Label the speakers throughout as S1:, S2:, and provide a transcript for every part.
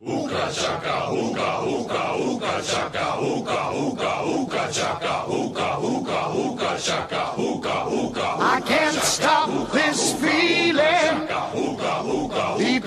S1: Uca chaca, uca, uca, uca chaca, uca, uca, uca chaca, uca, uca, uca chaca, uca, uca,
S2: I can't stop this feeling
S1: uca, uca,
S2: deep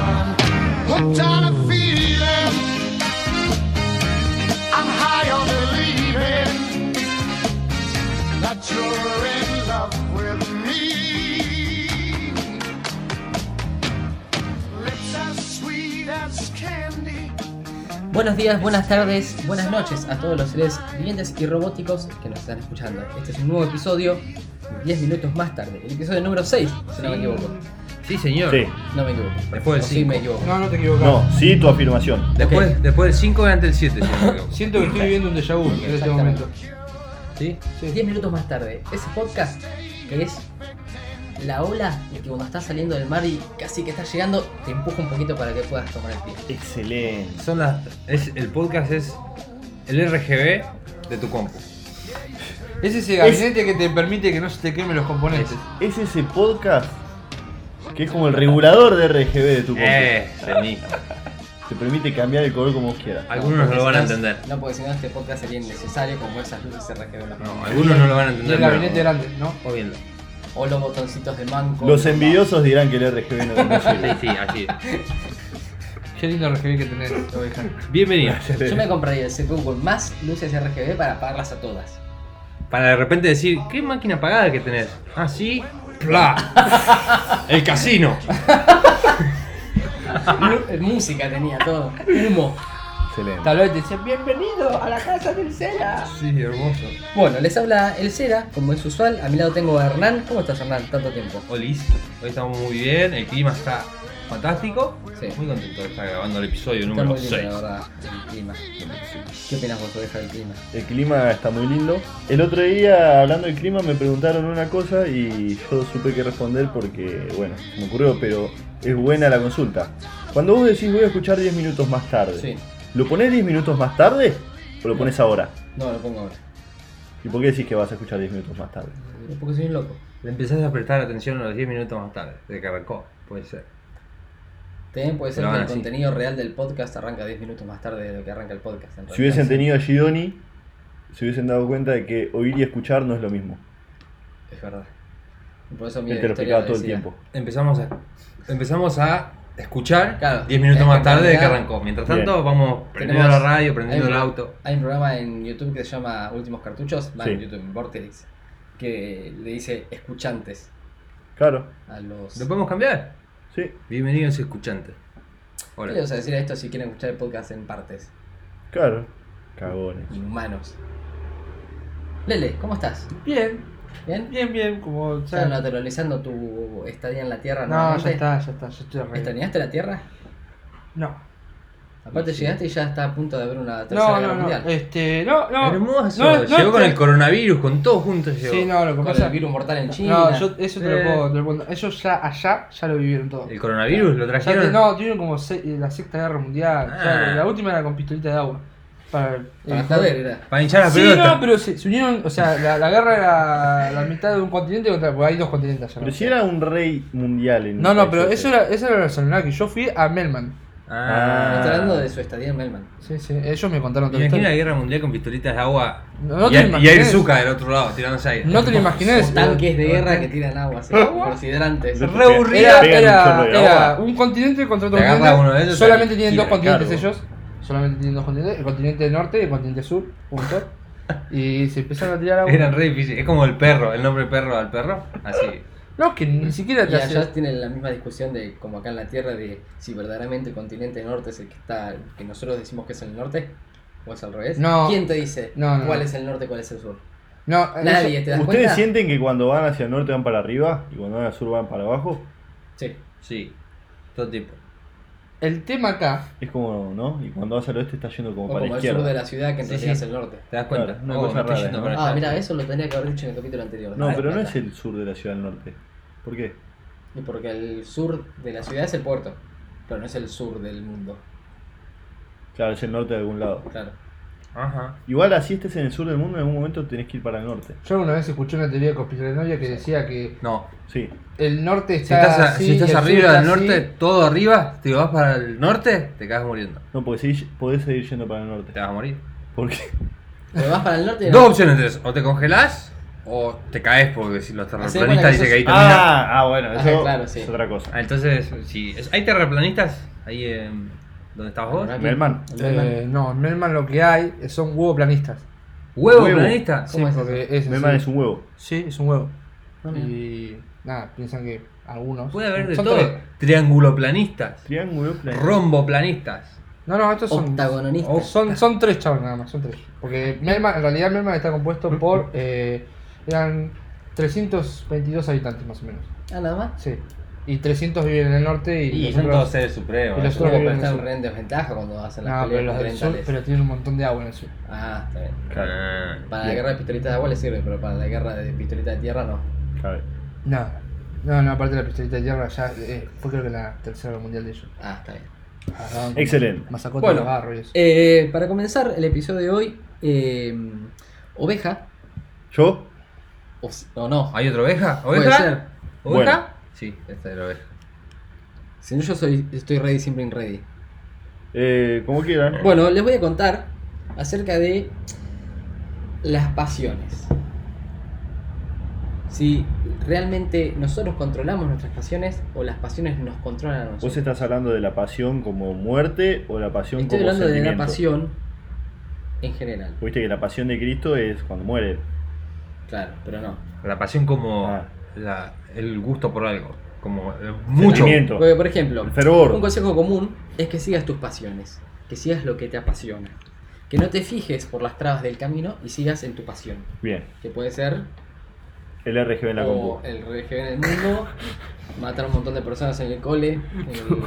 S2: I'm hooked on a feeling. I'm high on believing that you're in love with me. Lips as sweet as candy.
S3: Buenos días, buenas tardes, buenas noches a todos los seres vivientes y robóticos que nos están escuchando. Este es un nuevo episodio, 10 minutos más tarde. El episodio número 6, si no me equivoco.
S4: Sí, señor.
S5: Sí.
S3: No me equivoco.
S4: Después del
S3: O sí
S4: cinco.
S3: me equivoco.
S6: No, no te equivocas.
S5: No, sí, tu afirmación.
S4: Después,
S3: Ok.
S4: después del 5 ante el 7, si no me equivoco.
S6: Siento que estoy viviendo un déjà vu en este
S3: Exactamente.
S6: momento.
S4: ¿Sí?
S6: Sí.
S3: 10 minutos más tarde. Ese podcast que es la ola que cuando estás saliendo del mar y casi que estás llegando, te empuja un poquito para que puedas tomar el pie.
S5: Excelente.
S4: Son las, es, el podcast es el RGB de tu compu.
S6: Es ese gabinete que te permite que no se te quemen los componentes.
S5: Es ese podcast que es como el regulador de RGB de tu compu.
S4: Eh, vení.
S5: Te permite cambiar el color como vos quieras.
S4: Algunos no
S3: Porque
S4: lo
S3: si
S4: van a
S3: no es-
S4: entender.
S3: No, porque si no este podcast sería innecesario como esas luces RGB. en la
S4: No, eh.
S3: mano.
S4: algunos no lo van a
S6: Y
S4: entender.
S6: el
S4: pero-
S6: gabinete grande, ¿no?
S4: O bien.
S3: O los botoncitos de manco.
S5: Los envidiosos dirán que el RGB no no
S4: Sí,
S5: sirve.
S4: sí, así es.
S6: Qué lindo RGB que tenés, oveja.
S4: Bienvenidos.
S3: Yo me compraría el CPU con más luces RGB para apagarlas a todas.
S4: Para de repente decir, ¿qué máquina apagada que tenés? Ah, sí. ¡Pla! El casino.
S3: Lu- Música tenía todo. Humo.
S5: Excelente.
S6: Tal vez te decían, bienvenido a la casa del Cera.
S4: Sí, hermoso.
S3: Bueno, les habla el Cera, como es usual. A mi lado tengo a Hernán. ¿Cómo estás, Hernán? Tanto tiempo.
S4: Olis, Oh, hoy estamos muy bien, el clima está fantástico.
S3: Sí.
S4: Muy contento de estar grabando el episodio
S3: Está
S4: número
S3: muy lindo, la
S4: 6.
S3: verdad, el clima. ¿Qué opinas vos, oveja, del clima?
S5: El clima está muy lindo. El otro día, hablando del clima, me preguntaron una cosa y yo supe qué responder porque, bueno, se me ocurrió, pero es buena la consulta. Cuando vos decís voy a escuchar 10 minutos más tarde,
S3: Sí.
S5: ¿lo ponés 10 minutos más tarde o lo pones ahora?
S3: No, lo pongo ahora.
S5: ¿Y por qué decís que vas a escuchar 10 minutos más tarde?
S3: Porque soy un loco.
S4: Le empezás a prestar atención a los 10 minutos más tarde, de que arrancó, puede ser.
S3: También puede ser
S4: Pero
S3: que el
S4: ahora sí.
S3: contenido real del podcast arranca 10 minutos más tarde de lo que arranca el podcast. en
S5: Si
S3: realidad.
S5: hubiesen tenido a Gidoni, se hubiesen dado cuenta de que oír y escuchar no es lo mismo.
S3: Es verdad. Y Por eso mi
S5: Él te lo
S3: historia
S5: explicaba todo el
S3: decía-
S5: tiempo.
S4: Empezamos a, empezamos a escuchar
S3: Claro.
S4: 10 minutos más
S3: En
S4: tarde de que
S3: realidad,
S4: arrancó. Mientras tanto,
S5: Bien.
S4: vamos prendiendo
S3: Tenemos-
S4: la radio,
S3: hay un
S4: prendiendo el
S3: pro-
S4: auto.
S3: Hay un programa en YouTube que se llama Últimos Cartuchos, va
S5: Sí.
S3: en YouTube, en Vortex, que le dice escuchantes
S5: Claro,
S3: a los...
S4: ¿Lo podemos cambiar?
S5: sí,
S4: Bienvenidos escuchantes.
S3: ¿Qué
S4: Hola.
S3: le vas a decir a esto si quieren escuchar el podcast en partes?
S5: claro. Cagones.
S3: Inhumanos. Lele, ¿cómo estás?
S6: Bien,
S3: ¿Bien?
S6: bien, bien, como...
S3: ¿Estás
S6: ya-
S3: naturalizando tu estadía en la Tierra
S6: No,
S3: nuevamente?
S6: ya está, ya está, ya estoy re...
S3: ¿Extrañaste la Tierra?
S6: No,
S3: Aparte llegaste y ya está a punto de haber una tercera
S6: no,
S3: guerra
S6: no, no,
S3: mundial.
S6: este, no, no.
S4: Hermoso.
S6: No, no,
S4: llegó con
S6: este-
S4: el coronavirus, con todo junto llegó.
S6: Sí, no, lo que
S3: Con
S6: pasa...
S3: el virus mortal en China.
S6: No, yo, eso te
S4: Eh.
S6: lo puedo, te lo puedo- Eso ya allá, ya lo vivieron todo.
S4: El coronavirus lo
S6: Ya te-
S4: trajeron.
S6: no, tuvieron como se- eh, la sexta guerra mundial. ya,
S4: Ah.
S6: la última era con pistolita de agua. Para,
S3: Para
S6: eh,
S3: joder, era.
S4: Para Ah, hinchar la
S6: Sí,
S4: pelota.
S6: no, pero se, se unieron. O sea, la, la guerra era la mitad de un continente contra. Porque hay dos continentes allá.
S5: Pero
S6: ¿no?
S5: si era un rey mundial en
S6: No,
S5: país
S6: no, pero
S5: ese.
S6: eso era, esa era la zona que yo fui a Melman.
S4: Ah.
S3: Está hablando de su estadía en Melman.
S6: Sí, sí, ellos me contaron todo
S4: Imagina la guerra mundial con pistolitas de agua
S6: No, no
S4: y,
S6: te
S4: a-
S6: lo
S4: y
S6: imaginés.
S4: el Zuka del otro lado tirándose aire.
S6: No te lo imaginés.
S3: O tanques de guerra que tiran agua, así, por hidrantes.
S5: Re
S6: Era,
S5: Pegan
S6: era,
S5: un chorro de
S6: era
S5: agua.
S6: un continente contra otro
S4: Te agarra
S6: continente.
S4: uno de ellos,
S6: solamente
S4: te
S6: tienen dos
S4: tira,
S6: continentes
S4: cargo.
S6: ellos. Solamente tienen dos continentes. El continente norte y el continente sur. Punto. Y se empezaron a tirar agua.
S4: Eran re difíciles. Es como el perro, el nombre perro al perro. Así.
S6: No, que ni siquiera
S3: Y
S6: te hace-
S3: allá tienen la misma discusión de, como acá en la Tierra, de si verdaderamente el continente norte es el que está, que nosotros decimos que es el norte, o es al revés.
S6: No.
S3: ¿Quién te dice
S6: No, no,
S3: cuál
S6: no.
S3: es el norte y cuál es el sur?
S6: No,
S3: Nadie,
S6: eso-
S3: ¿te das
S5: ¿Ustedes
S3: cuenta?
S5: sienten que cuando van hacia el norte van para arriba y cuando van al sur van para abajo?
S3: Sí.
S4: Sí. Todo tipo.
S6: el tema acá.
S5: Es como, ¿no? Y cuando vas al oeste estás yendo como
S3: O
S5: para
S3: como
S5: la
S3: el sur
S5: izquierda.
S3: de la ciudad que en
S4: Sí,
S3: realidad
S4: sí.
S3: es el norte.
S4: Te das cuenta.
S5: Claro, una
S4: Oh,
S5: cosa
S4: me estoy
S5: rara,
S4: yendo
S5: ¿no?
S4: para allá.
S3: Ah, mira, eso lo tendría que haber dicho en el capítulo anterior.
S5: No,
S3: Ah,
S5: pero no
S3: acá.
S5: es el sur de la ciudad del norte. ¿Por qué?
S3: Y Porque el sur de la ciudad es el puerto, pero no es el sur del mundo.
S5: Claro, es el norte de algún lado.
S3: Claro.
S4: Ajá.
S5: Igual así estés en el sur del mundo, en algún momento tenés que ir para el norte.
S6: Yo una vez escuché una teoría conspiranoia que decía que
S4: No.
S5: Sí.
S6: el norte
S4: Si
S6: está.
S4: estás, a-
S6: así
S4: si estás
S6: y el sur
S4: arriba
S6: está
S4: del
S6: así.
S4: norte, todo arriba, te vas para el norte, te quedas muriendo.
S5: No, porque seguís- podés seguir yendo para el norte.
S4: Te vas a morir.
S5: Porque
S3: Pero vas para el norte y
S4: Dos opciones tenés. O te congelás o te caes porque si los
S3: Hacemos
S4: terraplanistas
S3: la que
S4: dicen que ahí
S3: sos-
S4: termina.
S5: Ah, ah, bueno,
S3: Ah,
S5: eso
S3: claro, sí.
S5: es otra cosa.
S4: Ah, entonces, si es- hay terraplanistas ahí en donde estabas vos.
S3: Melman.
S5: Melman.
S6: Eh, no, en Melman lo que hay son huevo planistas.
S4: Huevo,
S5: Huevo.
S4: planista.
S6: Sí,
S4: ¿Cómo es
S6: porque
S4: eso?
S6: es
S5: Melman
S6: así.
S5: es un huevo.
S6: Sí, es un huevo.
S3: Ah, mira.
S6: y nada, piensan que algunos.
S4: Puede haber de
S6: son
S4: todo.
S6: tres.
S4: Trianguloplanistas.
S5: Triángulo plano.
S4: Romboplanistas.
S6: No, no, estos son.
S3: Octagononistas.
S6: o- Son, son tres chavos nada más, son tres. Porque Melman, en realidad Melman está compuesto
S4: Mm.
S6: por. eh, eran 322 habitantes más o menos.
S3: Ah, nada más.
S6: Sí. Y 300 viven en el norte y. los otros-
S4: seres supremos.
S6: y los
S3: No,
S6: Solo
S3: pero
S6: viven en
S3: están
S6: el
S3: re en desventaja cuando hacen las
S6: No, pero
S3: peleas
S6: los del sur,
S3: continentales.
S6: pero tienen un montón de agua en el sur.
S3: Ah, está bien.
S4: Ah.
S3: Para la guerra de pistolitas de agua les sirve, pero para la guerra de pistolitas de tierra no.
S5: Claro.
S6: No. No, no, aparte de la pistolita de tierra ya eh, fue creo que la tercera guerra mundial de ellos.
S3: Ah, está bien.
S6: Agarraban con-
S5: Excelente.
S6: Masacó
S3: Bueno.
S6: todo el barro y eso.
S3: Eh, para comenzar el episodio de hoy, eh, oveja,
S5: ¿Yo?
S3: o, s- o no,
S4: ¿Hay otra oveja?
S3: Puede ser.
S4: ¿Oveja? ¿Oveja?
S5: Bueno.
S4: Sí, esta es la oveja.
S3: si no yo soy, estoy ready, siempre in ready.
S5: Eh, como quieran.
S3: Bueno, les voy a contar acerca de las pasiones. Si realmente nosotros controlamos nuestras pasiones o las pasiones nos controlan a nosotros.
S5: ¿Vos estás hablando de la pasión como muerte o la pasión
S3: Estoy
S5: como
S3: hablando de la
S5: sentimiento?
S3: pasión en general,
S5: Viste que la pasión de Cristo es cuando muere.
S3: claro, pero no.
S4: La pasión como
S5: Ah.
S4: la- el gusto por algo. Como eh, mucho.
S5: Sentimiento.
S3: Porque, por ejemplo,
S5: El fervor.
S3: un consejo común es que sigas tus pasiones, que sigas lo que te apasiona, que no te fijes por las trabas del camino y sigas en tu pasión,
S5: Bien.
S3: que puede ser
S5: El RGB en la
S3: o
S5: compu.
S3: el RG en el mundo, matar a un montón de personas en el cole, en el-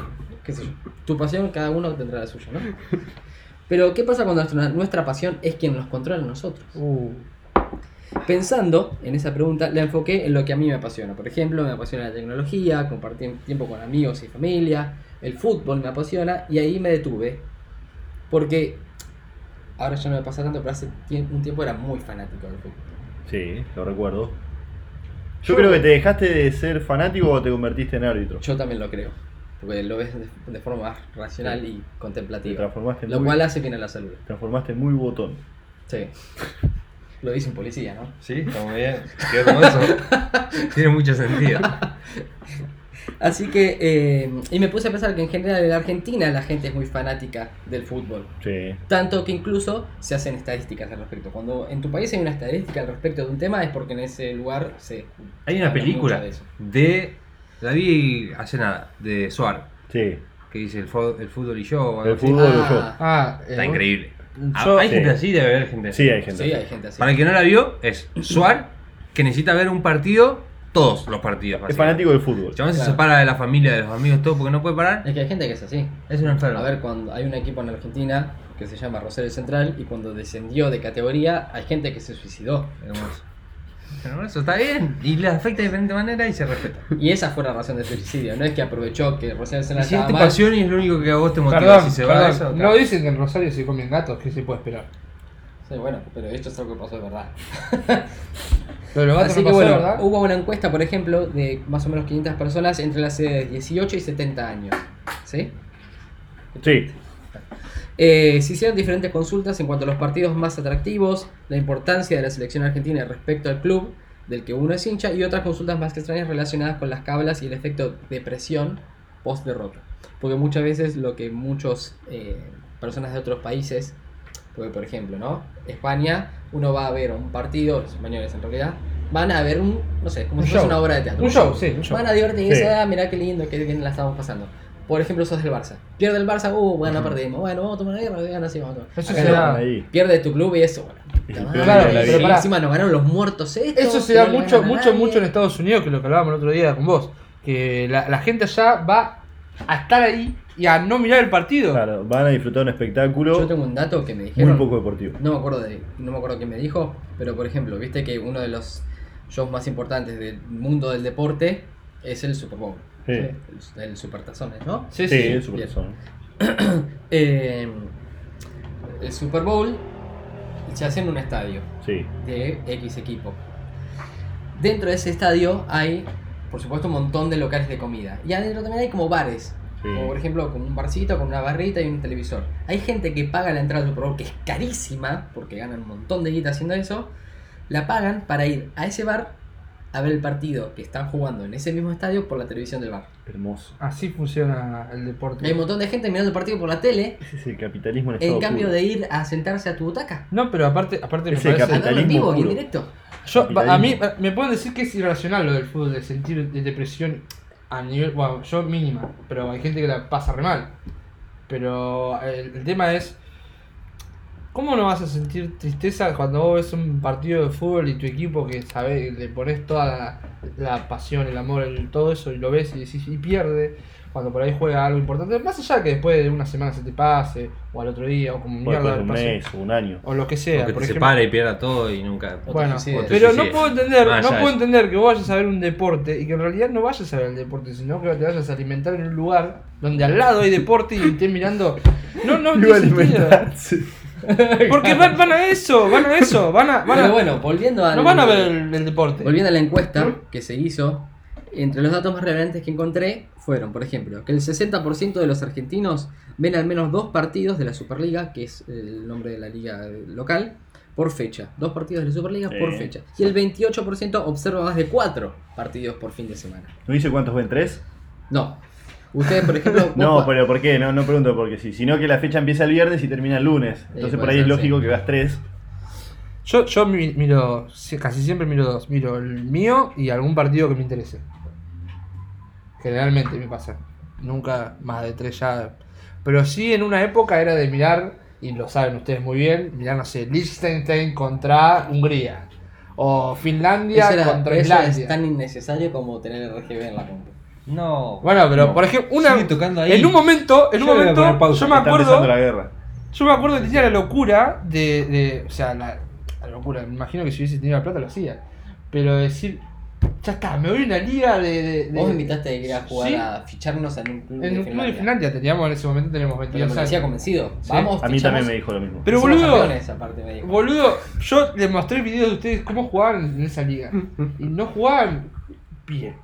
S3: qué sé yo. Tu pasión, cada uno tendrá la suya, ¿no? Pero, ¿qué pasa cuando nuestra, nuestra pasión es quien nos controla a nosotros?
S6: Uh,
S3: Pensando en esa pregunta, la enfoqué en lo que a mí me apasiona. Por ejemplo, me apasiona la tecnología, compartir tiempo con amigos y familia, el fútbol me apasiona y ahí me detuve. Porque ahora ya no me pasa tanto, pero hace tie- un tiempo era muy fanático del fútbol.
S5: Sí, lo recuerdo. Yo creo que te dejaste de ser fanático o te convertiste en árbitro.
S3: Yo también lo creo, porque lo ves de, de forma más racional y
S5: Te
S3: contemplativa.
S5: transformaste en
S3: Lo
S5: muy,
S3: cual hace bien a la salud.
S5: transformaste en muy botón.
S3: Sí. Lo dice un policía, ¿no?
S4: Sí, está muy bien. Qué hermoso. Tiene mucho sentido.
S3: Así que, eh, y me puse a pensar que en general en la Argentina la gente es muy fanática del fútbol.
S5: Sí.
S3: Tanto que incluso se hacen estadísticas al respecto. Cuando en tu país hay una estadística al respecto de un tema es porque en ese lugar se...
S4: Hay una
S3: habla
S4: película
S3: mucho de eso.
S4: de. La vi hace nada, de Suar,
S5: Sí.
S4: que dice el, fo- el fútbol y yo. o algo
S5: El
S4: así.
S5: fútbol
S3: Ah.
S5: o yo.
S6: ah, eh,
S4: Está increíble.
S6: Yo-
S4: hay
S5: Sí.
S4: gente así, debe haber gente así.
S5: Sí, hay gente.
S3: Sí, hay gente así.
S4: Para el que no la vio, es Suar, que necesita ver un partido, todos los partidos.
S5: Es fanático del fútbol.
S4: El chabón se
S3: Claro.
S4: separa de la familia, de los amigos, todo, porque no puede parar.
S3: Es que hay gente que es así.
S4: Es un enfermo.
S3: A ver, cuando hay un equipo en Argentina que se llama Rosario Central y cuando descendió de categoría hay gente que se suicidó.
S4: Hermoso. Hermoso, está bien. Y le afecta de diferente manera y se respeta.
S3: Y esa fue la razón de suicidio, no es que aprovechó que Rosario
S4: Y
S3: Central
S4: si este
S3: estaba
S4: es tu
S3: mal.
S4: pasión y es lo único que a vos te motiva,
S6: Perdón,
S4: si se va
S6: perdón,
S4: eso.
S6: no
S4: está.
S6: dicen que en Rosario se comen gatos, ¿qué se puede esperar?
S3: Sí, bueno, pero esto es algo que pasó de verdad.
S6: Pero los gatos
S3: Así
S6: no
S3: que
S6: pasó,
S3: bueno,
S6: ¿verdad?
S3: hubo una encuesta, por ejemplo, de más o menos 500 personas entre las edades de 18 y 70 años. ¿Sí?
S5: Sí.
S3: Eh, se hicieron diferentes consultas en cuanto a los partidos más atractivos, la importancia de la selección argentina respecto al club del que uno es hincha y otras consultas más extrañas relacionadas con las cablas y el efecto depresión post derrota. Porque muchas veces lo que muchos eh, personas de otros países, porque por ejemplo, ¿no? España, uno va a ver un partido, los españoles en realidad, van a ver un, no sé, como
S6: Un
S3: si fuese
S6: show.
S3: una obra de teatro.
S6: Un show, sí, un show.
S3: Van a divertirse,
S5: Sí.
S3: ah, mirá qué lindo, qué bien la estamos pasando. Por ejemplo, sos del Barça. Pierde el Barça, uh, bueno, perdimos. Bueno, vamos a tomar la guerra, gana así, vamos a tomar.
S6: Eso
S3: Acá
S6: se
S3: no.
S6: da-
S5: Ahí.
S3: Pierde tu club y eso, bueno. puta
S5: Es el
S3: madre.
S5: peor
S6: Claro,
S5: día de la
S6: pero
S5: vida.
S6: pará.
S3: encima nos ganaron los muertos estos.
S6: Eso se
S3: que
S6: da
S3: no le
S6: mucho,
S3: ganan a
S6: mucho, este
S3: nadie.
S6: mucho en Estados Unidos, que lo que hablábamos el otro día con vos, que la, la gente allá va a estar ahí y a no mirar el partido.
S5: Claro, van a disfrutar un
S3: Yo
S5: espectáculo
S3: tengo un dato que me
S5: muy
S3: dijeron.
S5: poco deportivo.
S3: No me acuerdo de, no me acuerdo quién me dijo, pero por ejemplo, viste que uno de los shows más importantes del mundo del deporte es el Super Bowl.
S5: Sí,
S3: El, el Super Tazones, ¿no?
S5: sí,
S6: Sí, sí.
S5: es súper
S3: bien.
S5: razón.
S3: Eh, el Super Bowl se hace en un estadio
S5: Sí,
S3: de X equipo. Dentro de ese estadio hay, por supuesto, un montón de locales de comida. Y adentro también hay como bares.
S5: sí.
S3: Como por ejemplo, con un barcito, con una barrita y un televisor. Hay gente que paga la entrada al Super Bowl, que es carísima, porque ganan un montón de guita haciendo eso. La pagan para ir a ese bar a ver el partido que están jugando en ese mismo estadio por la televisión del bar.
S5: Hermoso.
S6: Así funciona el
S3: Y Hay un
S6: deporte.
S3: montón de gente mirando el partido por la tele,
S5: Ese es el capitalismo en estado
S3: en cambio
S5: puro.
S3: de ir a sentarse a tu butaca.
S6: No, pero aparte, aparte me
S5: Ese
S6: parece.
S3: A verlo en
S5: Capitalismo
S3: vivo y en
S5: puro.
S3: directo.
S6: Yo,
S5: Capitalismo.
S6: a mí eh, me pueden decir que es irracional lo del fútbol, de sentir de- depresión a nivel, bueno, yo mínima, pero hay gente que la pasa re mal. Pero el, el tema es, ¿cómo no vas a sentir tristeza cuando vos ves un partido de fútbol y tu equipo que sabes, le pones toda la, la pasión, el amor, el, todo eso y lo ves y decís, y pierde? Cuando por ahí juega algo importante, más allá que después de una semana se te pase, o al otro día, o como
S5: Bueno, después
S6: mierda,
S5: de un
S6: pase,
S5: mes o un año.
S6: o lo que sea.
S4: Que te
S6: por ejemplo.
S4: separa y pierda todo y nunca.
S3: O te
S6: Bueno,
S3: suicidas.
S6: pero
S4: Sí, sí.
S6: no puedo entender,
S4: Ah,
S6: no
S4: ya
S6: puedo
S4: es.
S6: entender que vos vayas a ver un deporte y que en realidad no vayas a ver el deporte, sino que te vayas a alimentar en un lugar donde al lado hay deporte y estés mirando. No, no,
S5: Iba a
S6: tiene sentido.
S5: alimentarse.
S6: Porque van, van a eso, van a eso, van a, van a-
S3: Pero bueno, volviendo a.
S6: no van a ver ¿Eh? el, el deporte.
S3: Volviendo a la encuesta que se hizo, entre los datos más relevantes que encontré fueron, por ejemplo, que el 60% de los argentinos ven al menos dos partidos de la Superliga, que es el nombre de la liga eh, local, por fecha. Dos partidos de la Superliga
S5: Sí.
S3: por fecha. Y el 28% observa más de cuatro partidos por fin de semana.
S5: ¿No dice cuántos ven? ¿Tres?
S3: No. Ustedes, por ejemplo. vos
S5: No,
S3: cua-
S5: pero ¿por qué? No, no pregunto porque sí. Sino que la fecha empieza el viernes y termina el lunes. Entonces por
S3: puede
S5: ahí es
S3: ser,
S5: lógico
S3: sí.
S5: que veas tres.
S6: Yo, yo mi- miro, sí, casi siempre miro dos, miro el mío y algún partido que me interese. Generalmente me pasa, nunca más de tres ya. Pero sí en una época era de mirar, y lo saben ustedes muy bien, mirar, no sé, Liechtenstein contra Hungría. O Finlandia
S3: Eso, era-
S6: contra
S3: eso
S6: Islandia.
S3: es tan innecesario como tener el RGB en la compu.
S4: No.
S6: Bueno, pero
S5: No.
S6: por ejemplo, una,
S4: Sigue tocando ahí.
S6: en un momento, en
S4: Yo le
S6: un
S4: voy a poner
S6: momento,
S4: pausa,
S6: yo me
S5: Está empezando
S6: acuerdo,
S5: la guerra.
S6: yo me acuerdo que tenía la locura de. de- o sea, la, la locura. Me imagino que si hubiese tenido la plata lo hacía. Pero decir, ya está, me voy a una liga de. de- de-
S3: Vos me invitaste a ir a jugar
S6: Eh, Sí.
S3: a ficharnos en un club
S6: En
S3: de
S6: un club de
S3: Finlandia.
S6: Finlandia teníamos en ese momento teníamos
S3: Pero
S6: 22
S3: me lo decía
S6: años.
S3: convencido.
S6: Sí.
S3: Vamos,
S5: A mí
S3: fichamos-
S5: también me dijo lo mismo.
S6: Pero
S3: somos
S6: boludo,
S3: campeones, aparte, me dijo.
S6: boludo, yo les mostré videos de ustedes cómo jugaban en esa liga. Y no jugaban bien.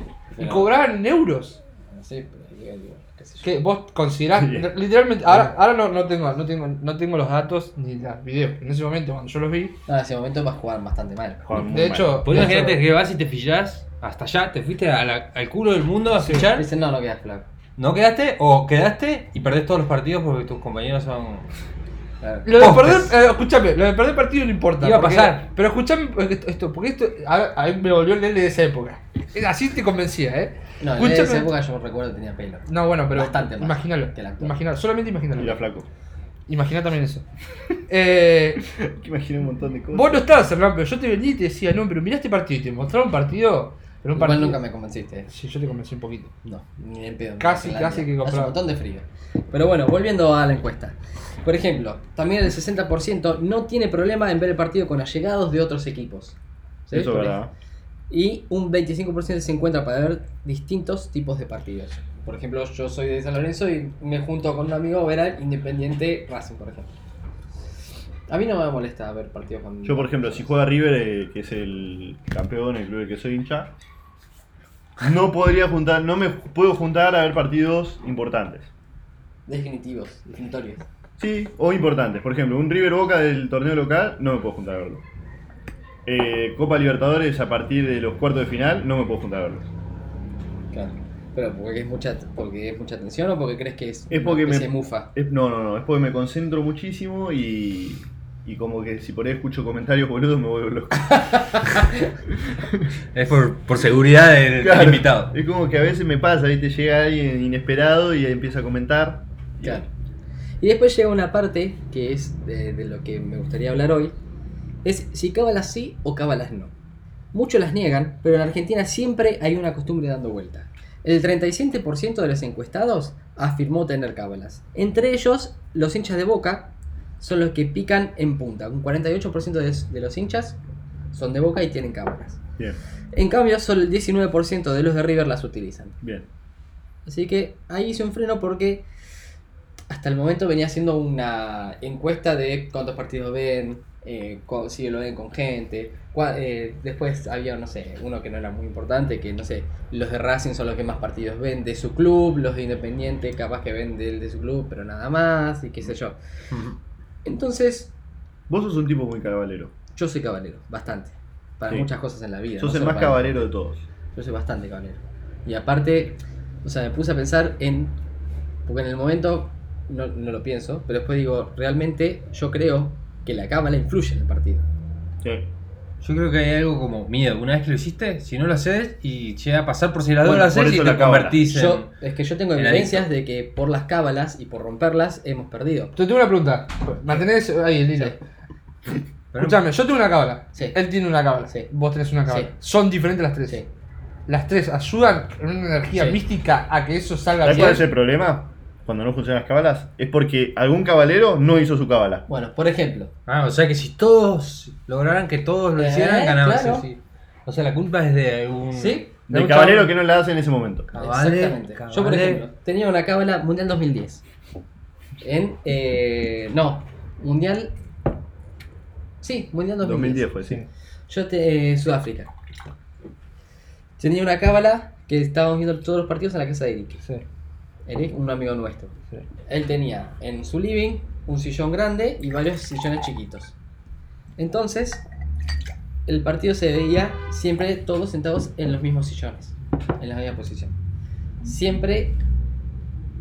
S6: Y
S3: Pero-
S6: cobraban en euros.
S3: Sí, pero digo, digo, qué sé yo.
S6: que vos considerás
S5: Sí.
S6: li- literalmente ahora, ahora no, no tengo no tengo no tengo los datos ni los videos en ese momento cuando yo los vi
S3: No, en ese momento va a jugar bastante Ah, mal.
S5: Juan, muy
S6: de
S5: mal.
S6: hecho
S4: Pues
S6: de
S4: imagínate
S6: hecho-
S4: que vas y te pillás hasta allá, te fuiste a la- al culo del mundo a fichar,
S3: Dicen, no, no quedas flaco.
S4: no quedaste o quedaste y perdés todos los partidos porque tus compañeros son.
S3: Claro.
S6: Lo de
S4: Postes.
S6: perder, eh, escúchame, lo de perder partido no importa.
S4: Iba a
S6: porque-
S4: pasar.
S6: Pero escúchame porque esto- esto, porque esto a, a mí me volvió el nene de esa época. Eh, Así te convencía, ¿eh?
S3: No, en
S6: Escúchame-
S3: esa época yo recuerdo que tenía pelo.
S6: No, bueno, pero
S3: Bastante más
S6: imagínalo,
S3: que la actual.
S6: imagínalo, solamente imagínalo.
S5: Mira, flaco.
S6: Imagina también eso. Eh,
S5: Que Imaginé un montón de cosas.
S6: vos no estabas, Hernán, pero yo te venía y te decía, no, pero mirá este partido y te mostraba un partido, pero un
S3: Igual
S6: partido
S3: nunca me convenciste.
S6: Sí, yo te convencí un poquito.
S3: No, ni en pedo.
S6: Casi,
S3: Finlandia.
S6: casi que
S3: Hace un
S6: compraba.
S3: montón de frío. Pero bueno, volviendo a la encuesta. Por ejemplo, también el 60% no tiene problema en ver el partido con allegados de otros equipos. ¿Sí?
S5: Eso es
S3: Por
S5: verdad.
S3: Y un 25% se encuentra para ver distintos tipos de partidos. Por ejemplo, yo soy de San Lorenzo y me junto con un amigo a ver al Independiente Racing, por ejemplo. A mí no me molesta ver partidos con...
S5: Yo, por ejemplo, si juega River, eh, que es el campeón, el club del que soy hincha, no podría juntar, no me puedo juntar a ver partidos importantes.
S3: Definitivos, definitorios.
S5: Sí, o importantes. Por ejemplo, un River Boca del torneo local, no me puedo juntar a verlo. Eh, Copa Libertadores a partir de los cuartos de final, no me puedo juntar a verlo.
S3: Claro. Pero porque es mucha, porque es mucha tensión o porque crees que es,
S5: Es porque
S3: una
S5: me-
S3: especie de mufa.
S5: Es- no, no, no, es porque me concentro muchísimo y, y como que si por ahí escucho comentarios boludos me vuelvo loco.
S4: Es por, por seguridad del
S5: Claro.
S4: del invitado.
S5: Es como que a veces me pasa, ¿viste? Llega alguien inesperado y empieza a comentar.
S3: Claro. Y después llega una parte que es de, de lo que me gustaría hablar hoy. Es si cábalas sí o cábalas no. Muchos las niegan, pero en Argentina siempre hay una costumbre dando vuelta. El 37% de los encuestados afirmó tener cábalas. Entre ellos, los hinchas de Boca son los que pican en punta. Un 48% de, de los hinchas son de Boca y tienen cábalas.
S5: Bien,
S3: En cambio, solo el 19% de los de River las utilizan.
S5: bien.
S3: Así que ahí hice un freno porque hasta el momento venía haciendo una encuesta de cuántos partidos ven, eh, cu- si lo ven con gente. cua- eh, después había, no sé, uno que no era muy importante, que no sé, los de Racing son los que más partidos ven de su club, los de Independiente capaz que ven del de su club, pero nada más, y qué sé yo. Entonces,
S5: Vos sos un tipo muy cabalero.
S3: yo soy caballero, bastante. Para
S5: Sí.
S3: muchas cosas en la vida.
S5: Sos
S3: no
S5: el
S3: solo
S5: más
S3: para-
S5: cabalero de todos.
S3: Yo soy bastante caballero. Y aparte, o sea, me puse a pensar en. Porque en el momento no, no lo pienso, pero después digo, realmente yo creo que la cámara influye en el partido.
S5: Sí.
S4: Yo creo que hay algo como miedo. Una vez que lo hiciste, si no lo haces y llega a pasar por si la duda
S5: Bueno,
S4: lo haces
S5: por
S4: y
S5: eso
S4: te
S5: la cábala.
S4: convertís en.
S3: Yo, es que yo tengo
S4: en
S3: evidencias de que por las cábalas y por romperlas hemos perdido.
S6: Yo tengo una pregunta. Mantenés ahí el hilo.
S4: Pero-
S6: Escuchame, yo tengo una cábala.
S3: Sí.
S6: Él tiene una cábala.
S3: Sí.
S6: Vos tenés una cábala.
S3: Sí.
S6: Son diferentes las tres.
S3: Sí.
S6: Las tres ayudan en una energía
S3: Sí.
S6: mística a que eso salga
S5: ¿Sabes cuál es
S6: bien.
S5: el problema? Cuando no funcionan las cabalas, es porque algún cabalero no hizo su cabala.
S3: Bueno, por ejemplo,
S4: Ah, o sea que si todos lograran que todos lo
S3: Eh,
S4: hicieran, ganaban.
S3: claro.
S4: sí, sí. O sea, la culpa es de un.
S3: ¿sí?
S5: Del
S4: un
S5: cabalero
S4: chabón.
S5: que no la hace en ese momento.
S3: Ah,
S4: Cabale,
S3: Exactamente. Yo, por
S4: cabale.
S3: ejemplo, tenía una cábala Mundial 2010. En. eh, no, Mundial. Sí, Mundial
S5: 2010 fue, sí.
S3: Yo te, eh, Sudáfrica. Tenía una cábala que estábamos viendo todos los partidos en la casa de Eric.
S6: Sí,
S3: Eric, un amigo nuestro.
S6: sí.
S3: Él tenía en su living un sillón grande y varios sillones chiquitos. Entonces, el partido se veía siempre todos sentados en los mismos sillones, en la misma posición. Siempre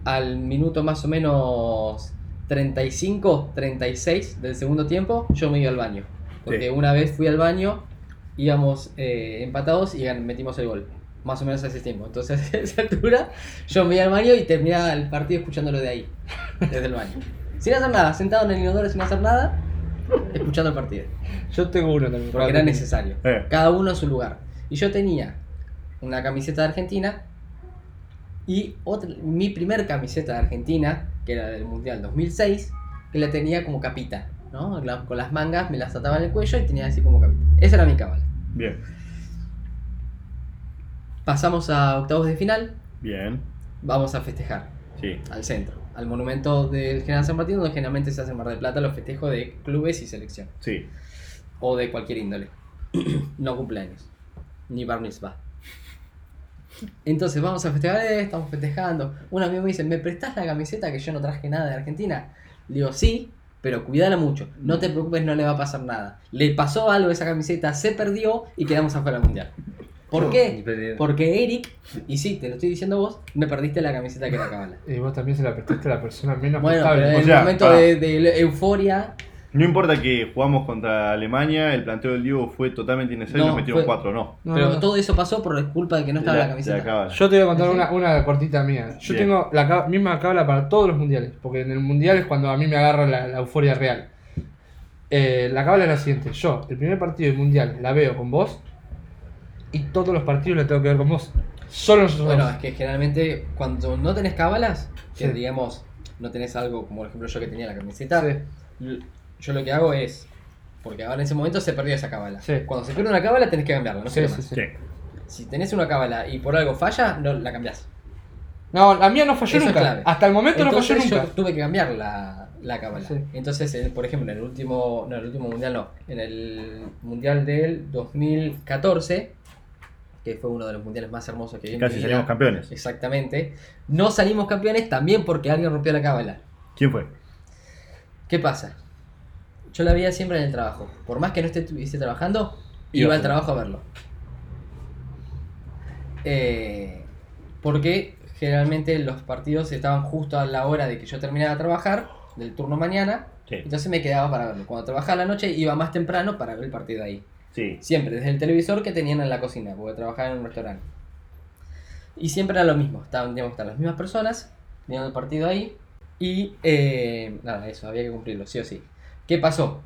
S3: al minuto más o menos 35, 36 del segundo tiempo, yo me iba al baño. Porque
S5: Sí.
S3: una vez fui al baño, íbamos eh, empatados y gan- metimos el gol. Más o menos a ese tiempo. Entonces, a esa altura, yo me iba al baño y terminaba el partido escuchándolo de ahí, desde el baño. Sin hacer nada, sentado en el inodoro sin hacer nada, escuchando el partido.
S6: Yo tengo uno también.
S3: Porque era necesario.
S5: Eh.
S3: Cada uno en su lugar. Y yo tenía una camiseta de Argentina y otra, mi primer camiseta de Argentina, que era del Mundial 2006, que la tenía como capita. ¿no? La- con las mangas me las ataba en el cuello y tenía así como capita. Esa era mi cábala.
S5: Bien,
S3: Pasamos a octavos de final,
S5: bien.
S3: vamos a festejar
S5: Sí,
S3: al centro, al monumento del General San Martín, donde generalmente se hace en Mar del Plata los festejos de clubes y selección.
S5: sí.
S3: o de cualquier índole. no cumpleaños. Ni bar mitzvah. Entonces vamos a festejar, eh, estamos festejando. Un amigo me dice, ¿me prestás la camiseta que yo no traje nada de Argentina? Le digo, sí, pero cuidala mucho. No te preocupes, no le va a pasar nada. Le pasó algo a esa camiseta, se perdió y quedamos afuera del mundial. ¿Por
S4: Ni
S3: qué?
S4: perdido.
S3: Porque Eric, y sí, te lo estoy diciendo vos, me perdiste la camiseta que era cabala.
S6: Y vos también se la prestaste a la persona menos
S3: Bueno, pero
S6: potable.
S3: en
S5: O
S3: el
S5: sea,
S3: momento
S5: pará.
S3: de, de euforia,
S5: No importa que jugamos contra Alemania, el planteo del Diego fue totalmente innecesario,
S3: No,
S5: nos metieron
S3: fue-
S5: cuatro, no.
S6: No,
S3: pero
S6: no.
S3: todo eso pasó por culpa de que no estaba la,
S5: De
S3: camiseta.
S5: de cábala.
S6: Yo te voy a contar
S3: ¿Sí?
S6: una, una cortita mía. Yo
S5: Bien.
S6: tengo la ca- misma cábala para todos los mundiales, porque en el mundial es cuando a mí me agarra la, la euforia real. Eh, la cábala es la siguiente: yo, el primer partido del mundial, la veo con vos, y todos los partidos la tengo que ver con vos. Solo nosotros
S3: Bueno,
S6: dos.
S3: es que generalmente cuando no tenés cábalas, que
S6: Sí.
S3: digamos, no tenés algo como por ejemplo yo que tenía la camiseta,
S6: Sí.
S3: l- yo lo que hago es, porque ahora en ese momento se perdió esa cábala.
S6: Sí.
S3: Cuando se pierde una cábala tenés que cambiarla, no
S6: Sí,
S3: sirve
S6: sí,
S3: más.
S6: sí.
S3: Si tenés una cábala y por algo falla, no la cambiás.
S6: No, la mía no falló
S3: Eso es
S6: nunca.
S3: clave.
S6: Hasta el momento no
S3: Entonces
S6: falló
S3: yo
S6: nunca.
S3: tuve que cambiar la, la cábala.
S6: Sí.
S3: Entonces, en- por ejemplo, en el último, no, en el último mundial no, en el mundial del 2014, que fue uno de los mundiales más hermosos que vi en mi
S5: Casi
S3: vida,
S5: salimos campeones.
S3: Exactamente. No salimos campeones también porque alguien rompió la cábala.
S5: ¿Quién fue?
S3: ¿Qué pasa? Yo la veía siempre en el trabajo. Por más que no estuviese trabajando, iba al trabajo a verlo. Eh, porque generalmente los partidos estaban justo a la hora de que yo terminaba de trabajar, del turno mañana.
S5: Sí.
S3: Entonces me quedaba para verlo. Cuando trabajaba a la noche, iba más temprano para ver el partido ahí.
S5: Sí.
S3: Siempre, desde el televisor que tenían en la cocina, porque trabajaba en un restaurante. Y siempre era lo mismo, estaban, teníamos que estar las mismas personas, teníamos el partido ahí, y eh, nada, eso, había que cumplirlo, sí o sí. ¿Qué pasó?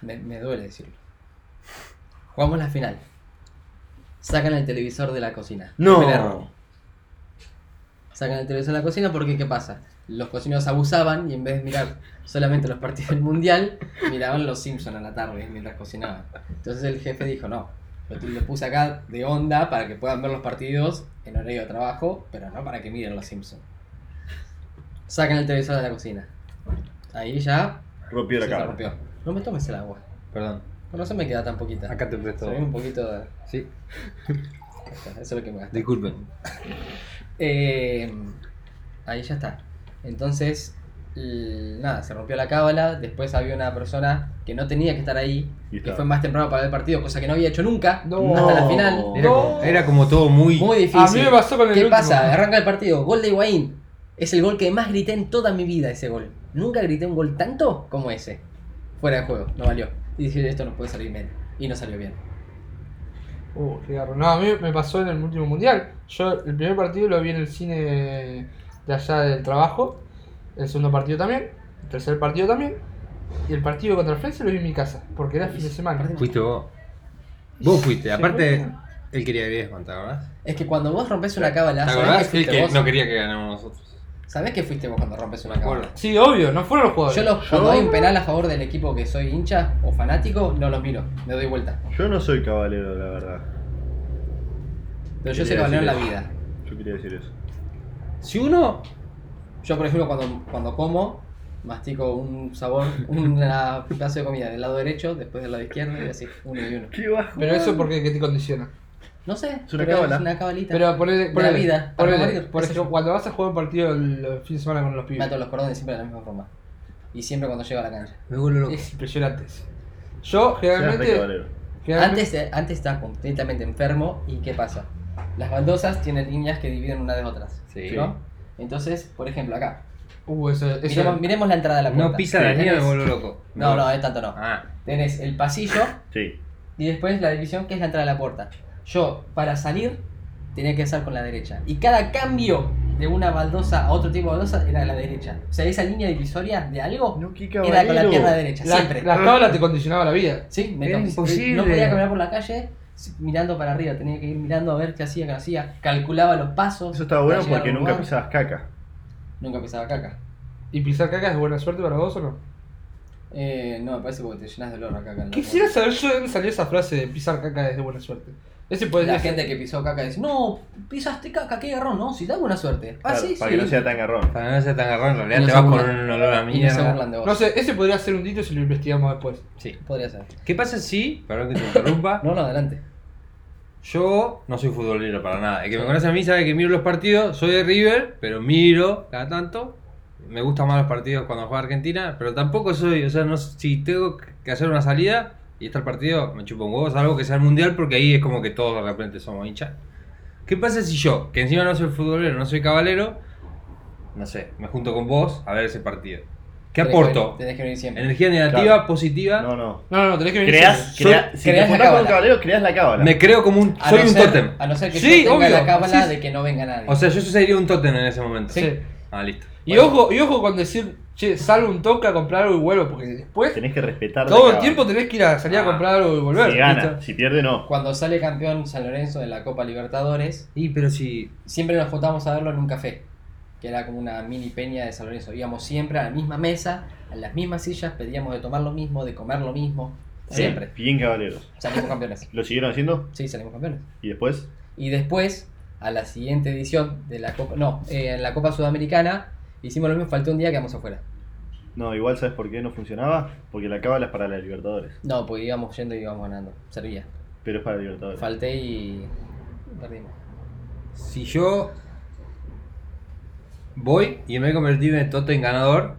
S3: Me, me duele decirlo. Jugamos la final. Sacan el televisor de la cocina.
S5: No.
S3: Primer error. sacan el televisor en la cocina porque, ¿qué pasa? Los cocineros abusaban y en vez de mirar solamente los partidos del mundial, miraban los Simpsons a la tarde mientras cocinaban. Entonces el jefe dijo, no, lo, tu- lo puse acá de onda para que puedan ver los partidos en horario de trabajo, pero no para que miren los Simpsons. Sacan el televisor de la cocina. Ahí ya
S5: Rompió la
S3: se te
S5: cara.
S3: rompió. No me tomes el agua.
S4: Perdón.
S3: No, no se me queda tan poquita.
S4: Acá te presto.
S3: Se ve un poquito de...
S4: Sí.
S3: Eso es lo que me gasté.
S4: Disculpen.
S3: Eh, ahí ya está. Entonces, l- nada, se rompió la cábala. Después había una persona que no tenía que estar ahí,
S5: Y
S3: que
S5: estaba.
S3: fue más temprano para ver el partido, cosa que no había hecho nunca
S6: No.
S3: hasta la final.
S4: Era,
S6: No.
S4: como, era como todo muy.
S3: Muy difícil.
S6: A mí me pasó con el
S3: ¿Qué
S6: último.
S3: pasa? Arranca el partido. Gol de Higuaín. Es el gol que más grité en toda mi vida, ese gol. Nunca grité un gol tanto como ese. Fuera de juego, no valió. Y dije, esto no puede salir bien. Y no salió bien.
S6: Uh, qué garro. No, a mí me pasó en el último mundial. Yo el primer partido lo vi en el cine de allá del trabajo. El segundo partido también. El tercer partido también. Y el partido contra Francia lo vi en mi casa. Porque era fin de semana.
S4: Fuiste vos. Vos fuiste.
S6: Sí,
S4: Aparte,
S6: bueno.
S4: él quería que les contara, ¿verdad?
S3: Es que cuando vos rompes una cábala,
S4: ¿Te
S3: sabés que
S4: acordás? Él
S3: fuiste
S4: que
S3: vos.
S4: no quería que ganáramos nosotros.
S3: ¿Sabés que fuiste vos cuando rompes una
S4: Me acuerdo.
S3: cábala?
S6: Sí, obvio, no fueron los jugadores.
S3: Yo los, cuando hay un penal a favor del equipo que soy hincha o fanático, no los miro, me doy vuelta.
S5: Yo no soy cabalero, la verdad.
S3: Pero yo sé que
S5: Quería
S3: valoro en la
S5: decir
S3: vida.
S5: Yo quería decir eso.
S4: Si uno.
S3: Yo, por ejemplo, cuando, cuando como, mastico un sabor, una- un pedazo de comida del lado derecho, después del lado izquierdo y así, uno y uno.
S5: Qué bajo.
S6: Pero eso porque que te condiciona.
S3: No sé,
S5: Es una
S3: pero
S5: cábala.
S3: es una cabalita.
S6: Pero ponele,
S3: De
S6: ponele,
S3: la vida, para
S6: ponele,
S3: morir,
S6: por
S3: qué sé
S6: ejemplo,
S3: yo.
S6: cuando vas a jugar un partido el, el fin de semana con los
S3: Me ato
S6: pibes.
S3: los cordones siempre de la misma forma. Y siempre cuando llego a la cancha.
S4: Me vuelvo loco.
S6: Es impresionante. eso. Yo
S5: Seas re
S6: generalmente,
S5: cabalero.
S6: generalmente
S3: Antes, eh, antes estaba completamente enfermo y ¿qué pasa? Las baldosas tienen líneas que dividen una de otras.
S4: Sí.
S3: ¿no? Entonces, por ejemplo, acá.
S6: Uh, eso, eso-
S3: Miremos, miremos la entrada de la puerta.
S4: No pisa la línea, me
S3: Tenés-
S4: vuelvo loco.
S3: No, no, es tanto no.
S4: Ah,
S3: Tenés el pasillo
S5: Sí.
S3: y después la división que es la entrada a la puerta. Yo, para salir, tenía que hacer con la derecha. Y cada cambio de una baldosa a otro tipo de baldosa era a la derecha. O sea, esa línea divisoria de algo
S5: No, qué
S3: era con la
S5: cabalero.
S3: pierna derecha,
S6: la,
S3: siempre.
S6: la cábala te condicionaba la vida.
S3: Sí, me
S4: Era
S3: tocó-
S4: imposible.
S3: No podía caminar por la calle si- mirando para arriba. Tenía que ir mirando a ver qué hacía, qué no hacía. Calculaba los pasos.
S5: Eso estaba bueno
S3: para llegar
S5: porque
S3: al
S5: nunca
S3: lugar.
S5: pisabas caca.
S3: Nunca pisaba caca.
S6: ¿Y pisar caca es buena suerte para vos o no?
S3: Eh, no, me parece porque te llenas de olor a caca. en la
S6: Quisiera saber yo de dónde salió esa frase de pisar caca es de buena suerte. Ese puede
S3: Pues La
S6: ser-
S3: gente que pisó caca dice, no, pisaste caca, qué garrón, no, si da buena suerte. Ah,
S5: Claro,
S3: sí,
S5: para
S3: sí.
S5: que no sea tan garrón.
S4: para no ser tan garrón,
S3: Y
S4: en realidad
S3: no
S4: te
S3: se
S4: vas con
S3: burlan.
S4: un olor a
S3: Y no se
S4: mierda.
S3: burlan de vos.
S6: No sé, ese podría ser un dito si lo investigamos después.
S4: Sí.
S3: Podría ser.
S4: ¿Qué pasa si. Perdón que te interrumpa.
S3: No, no, adelante.
S4: Yo no soy futbolero para nada. El que me conoce a mí sabe que miro los partidos. Soy de River, pero miro cada tanto. Me gustan más los partidos cuando juega Argentina, pero tampoco soy. O sea, no, si tengo que hacer una salida y está el partido, me chupo un huevo, salvo que sea el mundial, porque ahí es como que todos de repente somos hinchas. ¿Qué pasa si yo, que encima no soy futbolero, no soy cabalero, no sé, me junto con vos a ver ese partido? ¿Qué
S3: Tenés
S4: aporto?
S3: que venir- Tenés que venir siempre.
S4: Energía negativa,
S5: Claro.
S4: positiva.
S5: No, no.
S6: No, no, no, tenés que venir.
S5: Creas,
S6: siempre.
S5: crea- si
S3: creás la
S5: te juntás con
S3: cábala.
S5: un caballero, creas la cábala.
S4: Me creo como un.
S3: A
S4: soy
S3: no
S4: un
S3: ser-
S4: tótem.
S3: A no ser que
S4: sí,
S3: yo tenga
S4: obvio.
S3: la cábala
S4: Sí,
S3: de que no venga nadie.
S4: O sea, yo sería un tótem en ese momento.
S6: Sí.
S4: Ah, listo.
S6: Y,
S3: Bueno.
S6: ojo, y ojo con decir, che, salgo un toque a comprar algo y vuelvo, porque después
S5: Tenés que respetar la
S6: todo el
S5: cábala.
S6: tiempo tenés que ir a salir a
S4: Ah.
S6: comprar algo y volver.
S5: Si gana,
S6: ¿viste?
S5: si pierde, no.
S3: Cuando sale campeón San Lorenzo de la Copa Libertadores,
S4: Y pero si.
S3: siempre nos juntábamos a verlo en un café, que era como una mini peña de San Lorenzo. Íbamos siempre a la misma mesa, a las mismas sillas, pedíamos de tomar lo mismo, de comer lo mismo. Siempre.
S5: Bien caballeros.
S3: Salimos campeones.
S5: ¿Lo siguieron haciendo?
S3: Sí, salimos campeones.
S5: ¿Y después?
S3: Y después, a la siguiente edición de la Copa, no, eh, en la Copa Sudamericana, hicimos lo mismo, faltó un día, quedamos afuera.
S5: No, igual sabes por qué no funcionaba. Porque la cábala es para la Libertadores.
S3: No, porque íbamos yendo y íbamos ganando, servía.
S5: Pero es para Libertadores.
S3: Falté y perdimos.
S4: Si yo. Voy y me voy a convertir en Totem ganador.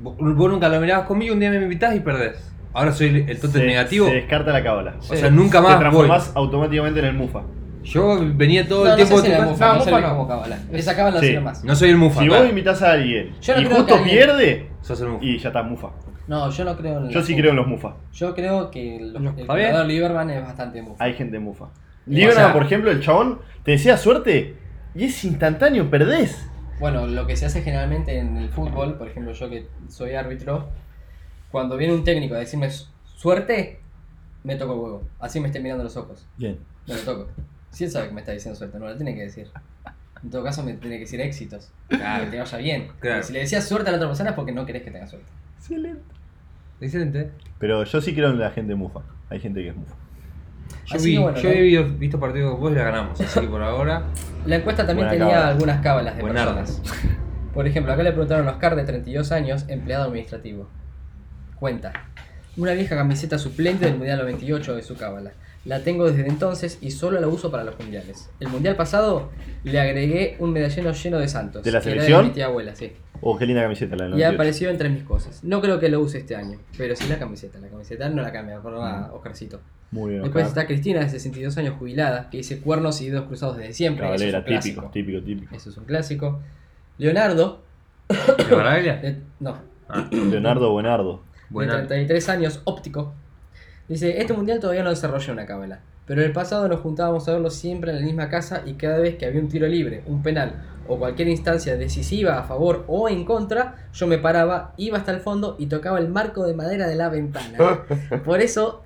S4: Vos vos nunca lo mirabas conmigo, un día me invitás y perdés. Ahora soy el- el Totem
S5: Se-
S4: negativo.
S5: Se descarta la cábala.
S4: o sea, nunca
S5: Te
S4: más voy.
S5: transformás automáticamente en el Mufa.
S4: Yo venía todo
S3: no,
S4: el tiempo.
S3: no sé si
S4: a tu
S3: era
S4: casa.
S3: mufa,
S6: No,
S3: no,
S6: mufa
S3: servía
S6: no.
S3: como cábala. Esa cábala
S5: Sí.
S3: no sirve más.
S4: No soy el Mufa.
S5: Si
S4: claro.
S5: vos invitas a alguien
S3: Yo no creo
S5: y
S3: que
S5: justo
S3: alguien-
S5: pierde,
S4: Sos el Mufa.
S5: y ya estás Mufa.
S3: No, yo no creo en la
S5: Yo sí
S3: mufa.
S5: creo en los Mufa.
S3: Yo creo que lo-
S4: Los-
S3: el
S4: ¿Está bien?
S3: jugador Lieberman es bastante mufa.
S5: Hay gente Mufa.
S4: O
S5: Lieberman,
S4: sea-
S5: por ejemplo, el chabón te decía suerte y es instantáneo, perdés.
S3: Bueno, lo que se hace generalmente en el fútbol, por ejemplo, yo que soy árbitro, cuando viene un técnico a decirme "Su- suerte, me toco el huevo. Así me esté mirando los ojos.
S5: Bien.
S3: No lo toco. Si él sabe que me está diciendo suerte, no lo tiene que decir. En todo caso, me tiene que decir éxitos.
S4: Claro.
S3: Que te vaya bien.
S4: Claro.
S3: Si le decías suerte a la otra persona es porque no querés que tenga suerte.
S4: Excelente.
S5: Pero yo sí creo en la gente mufa. Hay gente que es mufa.
S4: Yo,
S3: Así
S4: vi-
S3: que bueno,
S4: yo
S3: ¿no?
S4: he visto, visto partidos con vos y la ganamos, así que por ahora.
S3: La encuesta también
S5: Buena
S3: tenía
S5: cábala.
S3: algunas cábalas de
S4: Buena
S3: personas. Por ejemplo, acá le preguntaron a Oscar de 32 años, empleado administrativo. Cuenta. Una vieja camiseta suplente del Mundial 98 de su cábala. La tengo desde entonces y solo la uso para los mundiales. El mundial pasado le agregué un medallero lleno de santos.
S5: ¿De la
S3: que era
S5: selección?
S3: mi tía abuela, sí.
S5: Oh, qué linda camiseta la del
S3: Y
S5: 98.
S3: apareció entre mis cosas. No creo que lo use este año, pero sí la camiseta. La camiseta no la cambia,
S5: Mm.
S3: por nada, Oscarcito.
S5: Muy bien.
S3: Después
S5: Oscar.
S3: está Cristina, de 62 años, jubilada, que dice cuernos y dedos cruzados desde siempre. Eso es
S5: Cabalera,
S3: un clásico.
S5: típico, típico, típico.
S3: Eso es un clásico. Leonardo,
S4: ¿De Baraglia?
S3: de, no,
S4: Ah,
S3: Este
S5: Leonardo Buenardo.
S3: de
S4: buena.
S3: 33 años, óptico, dice, este mundial todavía no desarrolla una cábala, pero en el pasado nos juntábamos a verlo siempre en la misma casa y cada vez que había un tiro libre, un penal o cualquier instancia decisiva a favor o en contra, yo me paraba, iba hasta el fondo y tocaba el marco de madera de la ventana. Por eso,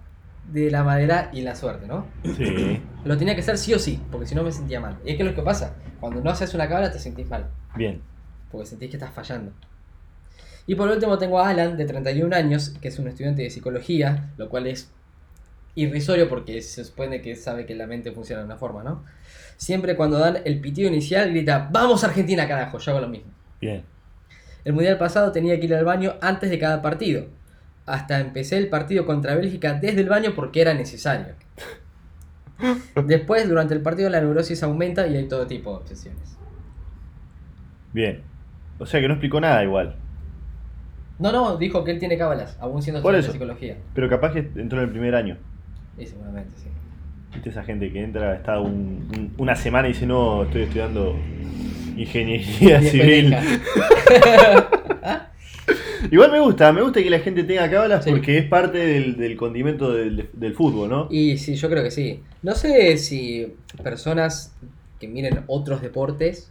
S3: de la madera y la suerte, ¿no?
S5: Sí.
S3: Lo tenía que hacer sí o sí, porque si no me sentía mal. Y es que es lo que pasa, cuando no haces una cábala te sentís mal.
S5: Bien.
S3: porque sentís que estás fallando. Y por último tengo a Alan, de 31 años, que es un estudiante de psicología, lo cual es irrisorio porque se supone que sabe que la mente funciona de una forma, ¿no? Siempre cuando dan el pitido inicial grita, vamos Argentina, carajo, yo hago lo mismo.
S5: Bien.
S3: El mundial pasado tenía que ir al baño antes de cada partido. Hasta empecé el partido contra Bélgica desde el baño porque era necesario. Después, durante el partido, la neurosis aumenta y hay todo tipo de obsesiones.
S5: Bien. O sea que no explicó nada igual.
S3: No, no, dijo que él tiene cábalas, aún siendo estudiante
S5: Por
S3: de
S5: eso.
S3: psicología.
S5: Pero capaz que entró en el primer año.
S3: Y seguramente, sí.
S5: Viste esa gente que entra, está un- un- una semana y dice, no, estoy estudiando ingeniería
S3: Y
S5: civil.
S3: después deja.
S5: Igual me gusta, me gusta que la gente tenga cábalas
S3: Sí.
S5: porque es parte del, del condimento del, del fútbol, ¿no?
S3: Y sí, yo creo que sí. No sé si personas que miren otros deportes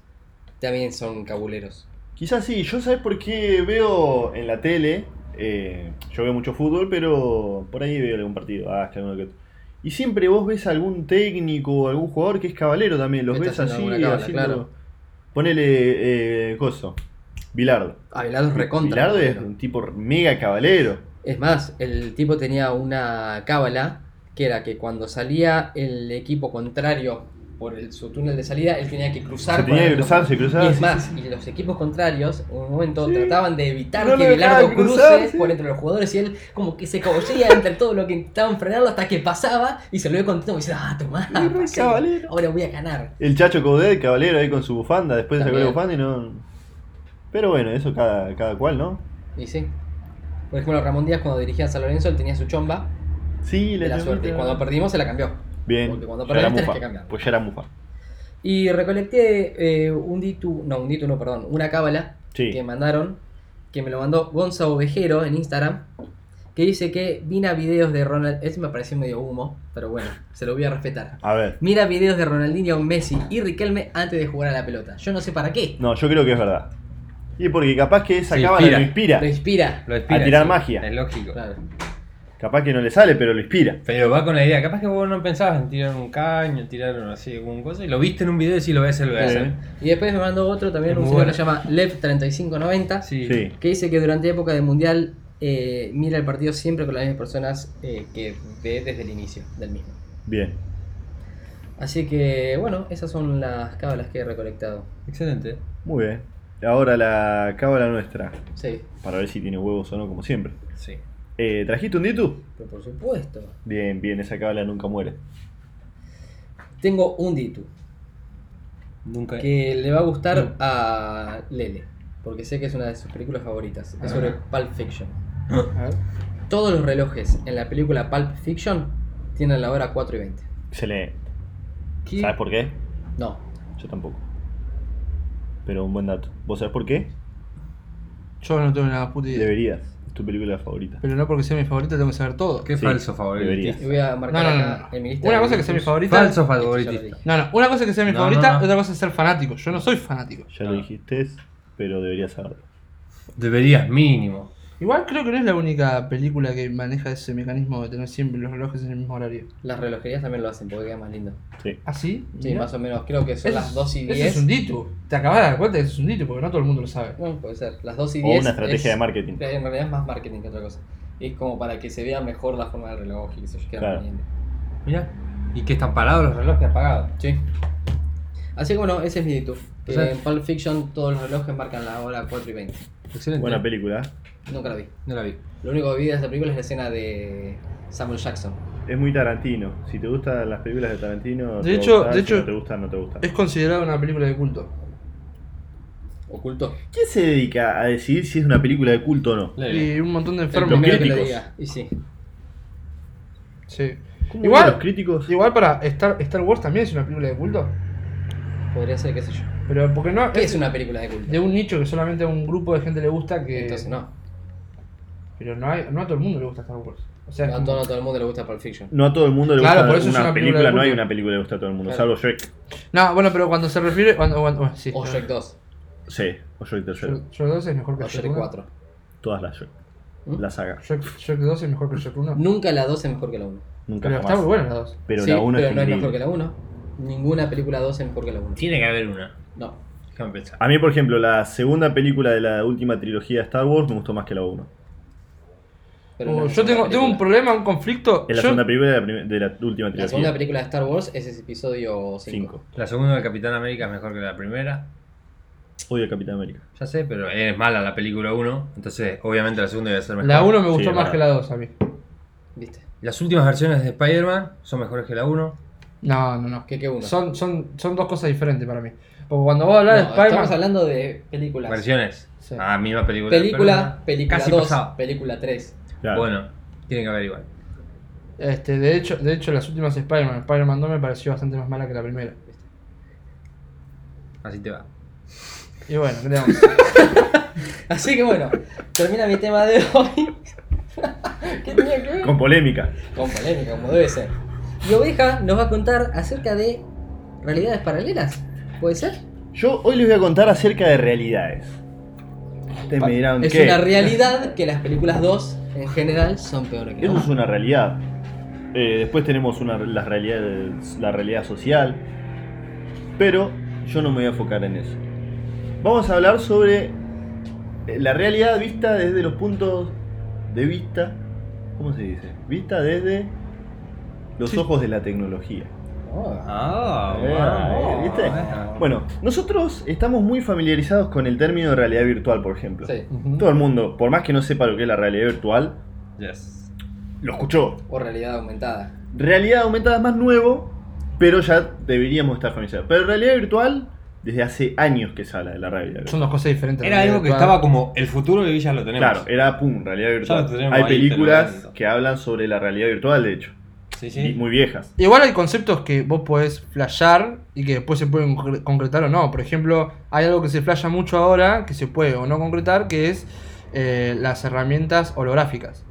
S3: también son cabuleros.
S5: Quizás sí, yo sabes por qué veo en la tele, eh, yo veo mucho fútbol, pero por ahí veo algún partido, ah, que alguno que otro. Y siempre vos ves algún técnico o algún jugador que es cabalero también, los
S3: Que
S5: ves
S3: está
S5: así,
S3: haciendo alguna cábala,
S5: haciendo-
S3: claro.
S5: Ponele eh, coso, Bilardo.
S3: Abelardo es recontra.
S5: Bilardo es
S3: cabalero.
S5: un tipo mega cabalero.
S3: Es más, el tipo tenía una cábala que era que cuando salía el equipo contrario por el- su túnel de salida, él tenía que cruzar.
S5: Se
S3: por
S5: tenía que
S3: el-
S5: cruzar, se cruzaba.
S3: Y es
S5: sí,
S3: más, y los equipos contrarios en un momento
S5: Sí.
S3: trataban de evitar
S5: No
S3: que
S5: lo dejaban
S3: Bilardo cruce
S5: cruzar, sí.
S3: por entre los jugadores y él como que se cabollía entre todo lo que intentaban frenarlo hasta que pasaba y se lo ve contento y dice, ah, tomá,
S5: Es re
S3: pasé,
S5: cabalero.
S3: ahora voy a ganar.
S5: El Chacho Coudet, caballero ahí con su bufanda, después sacó la
S3: También.
S5: bufanda y no. Pero bueno, eso cada, cada cual, ¿no?
S3: Y sí. Por ejemplo, Ramón Díaz cuando dirigía a San Lorenzo, él tenía su chomba
S5: Sí,
S3: de la
S5: llamita.
S3: suerte. Y cuando perdimos se la cambió.
S5: Bien,
S3: porque cuando
S5: ya era
S3: perdés tenés
S5: mufa.
S3: que cambiar.
S5: Pues ya era mufa.
S3: Y recolecté eh, un ditu, no, un ditu no, perdón, una cábala
S5: Sí.
S3: que mandaron, que me lo mandó Gonzalo Ovejero en Instagram, que dice que mira videos de Ronald, este me pareció medio humo, pero bueno, se lo voy a respetar.
S5: A ver.
S3: Mira videos de Ronaldinho, Messi y Riquelme antes de jugar a la pelota. Yo no sé para qué.
S5: No, yo creo que es verdad. Y porque capaz que esa
S4: Sí, inspira.
S5: cámara lo inspira.
S3: Lo inspira.
S4: Lo inspira,
S5: A tirar
S4: sí,
S5: magia.
S4: Es lógico.
S3: Claro.
S5: Capaz que no le sale, pero lo inspira.
S4: Pero va con la idea. Capaz que vos no pensabas en tirar un caño, tirar así algún cosa. Y lo viste en un video y sí lo ves, lo voy a
S5: Sí.
S4: hacer.
S3: Y después me mandó otro también,
S4: Es
S3: un
S4: muy
S3: señor que
S4: bueno.
S3: se llama Lev3590,
S4: Sí.
S5: Sí.
S3: que dice que durante época de mundial eh, mira el partido siempre con las mismas personas eh, que ve desde el inicio del mismo.
S5: Bien.
S3: Así que, bueno, esas son las cábalas que he recolectado.
S4: Excelente.
S5: Muy bien. Ahora la cábala nuestra.
S3: Sí,
S5: Para ver si tiene huevos o no, como siempre.
S4: Sí.
S5: Eh, ¿Trajiste un Ditu?
S3: pero por supuesto.
S5: Bien, bien, esa cábala nunca muere.
S3: Tengo un Ditu
S4: Nunca.
S3: que le va a
S6: Mm.
S3: gustar a Lele, porque sé que es una de sus películas favoritas.
S6: Ah.
S3: Es sobre Pulp Fiction.
S6: A ver.
S3: Todos los relojes en la película Pulp Fiction tienen la hora 4 y 20.
S5: Excelente.
S6: ¿Qué?
S5: ¿Sabes por qué?
S3: No,
S5: Yo tampoco. Pero un buen dato. ¿Vos sabés por qué?
S6: Yo no tengo nada puta idea.
S5: Deberías. Es tu película favorita.
S6: Pero no porque sea mi favorita tengo que saber todo.
S4: Qué
S5: Sí,
S4: falso favorito.
S5: debería.
S3: y voy a
S6: No,
S3: marcar
S6: no, no,
S3: acá
S6: no.
S3: en mi lista.
S6: Una
S3: de
S6: cosa que sea mi
S3: Ditus.
S6: favorita.
S4: Falso
S3: Esto ya lo
S4: favorito.
S3: dije.
S6: No, no. Una cosa que sea mi
S4: No,
S6: favorita,
S4: no, no.
S6: otra cosa es ser fanático.
S5: Ah.
S6: Yo no soy fanático.
S5: Ya lo dijiste, pero deberías saberlo.
S4: Deberías mínimo.
S6: Igual creo que no es la única película que maneja ese mecanismo de tener siempre los relojes en el mismo horario.
S3: Las relojerías también lo hacen porque queda más lindo.
S5: Sí.
S6: ¿Ah, sí?
S3: Sí,
S6: Mirá.
S3: más o menos. Creo que son
S6: Eso
S3: las 2 y
S6: eso
S3: 10.
S6: es un ditu. Te acabas de dar cuenta que eso es un ditu porque no todo el mundo lo sabe.
S3: No, puede ser. Las 2 y
S5: O
S3: 10.
S5: una estrategia
S3: es-
S5: de marketing.
S3: En realidad es más marketing que otra cosa. Es como para que se vea mejor la forma del reloj y que se quede
S5: Claro.
S3: más lindo.
S4: Mirá. Y que están parados los relojes apagados.
S3: Sí. Así que bueno, ese es mi YouTube. Que
S4: sea-
S3: en Pulp Fiction todos los relojes marcan la hora 4 y 20.
S4: Excelente.
S5: Buena película.
S3: Nunca la vi.
S4: No la vi.
S3: Lo único que vi de esa película es la escena de Samuel Jackson.
S5: Es muy Tarantino. Si te gustan las películas de Tarantino,
S6: De
S5: te va a
S6: hecho-
S5: gustar.
S6: de
S5: Si
S6: hecho-
S5: no te gustan, no te gustan.
S6: Es considerada una película de culto.
S3: Oculto.
S5: ¿Quién se dedica a decidir si es una película de culto o no?
S4: Leve.
S6: Y un montón de
S3: El
S6: enfermos.
S3: primero que lo
S5: críticos.
S3: diga. Y sí.
S6: Sí.
S5: ¿Cómo
S6: Igual-
S5: los críticos?
S6: Igual para Star, Star Wars también es una película de culto.
S3: Podría ser, qué sé yo.
S6: Pero porque no
S3: ¿Qué es una película de culto?
S6: de un nicho que solamente a un grupo de gente le gusta que.
S3: Entonces no.
S6: Pero no, hay, no a todo el mundo le gusta Star Wars. O sea,
S3: No a
S6: como-
S3: todo, no a todo el mundo le gusta Pulp Fiction.
S5: No a todo el mundo le
S6: Claro, por
S5: gusta
S6: eso es
S5: una,
S6: una película
S5: película,
S6: de
S5: no hay
S6: culto.
S5: una película que le gusta a todo el mundo,
S3: Claro.
S5: salvo Shrek.
S6: No, bueno, pero cuando se refiere. Cuando, cuando- bueno, sí.
S3: O Shrek 2.
S5: Sí, o Shrek de Shrek.
S6: Shrek- Shrek 2 es mejor que
S3: O
S6: Shrek
S3: Shrek
S6: 1.
S3: 4.
S5: Todas las Shrek.
S3: ¿Mm?
S5: La saga.
S6: Shrek, Shrek 2 es mejor que Shrek 1.
S3: Nunca la 2 es mejor que la 1.
S5: Nunca
S6: pero
S5: jamás.
S6: está muy buena la 2.
S5: Pero
S3: Sí,
S5: la 1
S3: pero
S5: es
S3: no es
S5: increíble.
S3: mejor que la 1. Ninguna película 2 es mejor que la 1.
S4: Tiene que haber una.
S3: No.
S4: Déjame pensar.
S5: A mí, por ejemplo, la segunda película de la última trilogía de Star Wars me gustó más que la 1.
S3: Pero
S6: Oh,
S3: no es
S6: yo
S3: una
S6: tengo, tengo un
S3: película.
S6: problema, un conflicto.
S5: Es la
S6: Yo-
S5: segunda película de la, prim- de la última
S3: La segunda
S5: trilogía.
S3: película de Star Wars es ese episodio 5.
S5: 5.
S4: La segunda del Capitán América es mejor que la primera.
S5: Odio a Capitán América.
S4: Ya sé, pero es mala la película 1. Entonces, obviamente la segunda debe ser mejor.
S6: la 1 me gustó
S5: Sí,
S6: más
S5: la-
S6: que la 2 a mí.
S3: ¿Viste?
S4: Las últimas versiones de Spider-Man son mejores que la 1.
S6: No, no, no.
S3: ¿Qué, qué uno?
S6: Son, son, son dos cosas diferentes para mí. Porque cuando vos hablas
S3: No,
S6: de Spider-Man.
S3: Estamos hablando de películas.
S4: Versiones.
S6: Sí.
S4: Ah, misma película.
S3: Película,
S4: perdón.
S3: película
S4: Casi
S3: 2,
S4: pasaba.
S3: película 3.
S5: Claro.
S4: Bueno, tiene que haber igual.
S6: Este, de hecho, de hecho, las últimas Spider-Man, Spider-Man 2 me pareció bastante más mala que la primera.
S4: Así te va.
S6: Y bueno, ¿qué le vamos a hacer?
S3: Así que bueno, termina mi tema de hoy. ¿Qué tenía que ver?
S5: Con polémica.
S3: Con polémica, como debe ser. Y Oveja nos va a contar acerca de realidades paralelas. ¿Puede ser?
S5: Yo hoy les voy a contar acerca de realidades. Ustedes me dirán,
S3: Es
S5: ¿qué?
S3: una realidad que las películas 2 en general son peores que la
S5: Eso es
S3: uno.
S5: una realidad. Eh, después tenemos una, la, realidad, la realidad social. Pero yo no me voy a enfocar en eso. Vamos a hablar sobre eh, la realidad vista desde los puntos de vista. ¿Cómo se dice? Vista desde los ojos de la tecnología.
S4: Ah,
S5: Eh, eh, ¿viste? Bueno, nosotros estamos muy familiarizados con el término de realidad virtual, por ejemplo.
S3: Sí.
S5: Todo el mundo, por más que no sepa lo que es la realidad virtual,
S4: Yes.
S5: lo escuchó.
S3: O realidad aumentada.
S5: Realidad aumentada es más nuevo, pero ya deberíamos estar familiarizados. Pero realidad virtual, desde hace años que se habla de la realidad
S6: Son
S5: virtual.
S6: dos cosas diferentes.
S4: Era algo que
S6: Toda-
S4: estaba como el futuro y ya lo tenemos.
S5: Claro, era pum, realidad
S4: Ya lo
S5: virtual.
S4: tenemos
S5: Hay
S4: ahí,
S5: películas
S4: tenemos.
S5: que hablan sobre la realidad virtual, de hecho,
S4: Sí,
S5: y
S4: sí.
S5: muy viejas.
S6: Igual hay conceptos que vos podés flashear y que después se pueden concre- concretar o no. Por ejemplo, hay algo que se flashea mucho ahora, que se puede o no concretar, que es eh, las herramientas holográficas.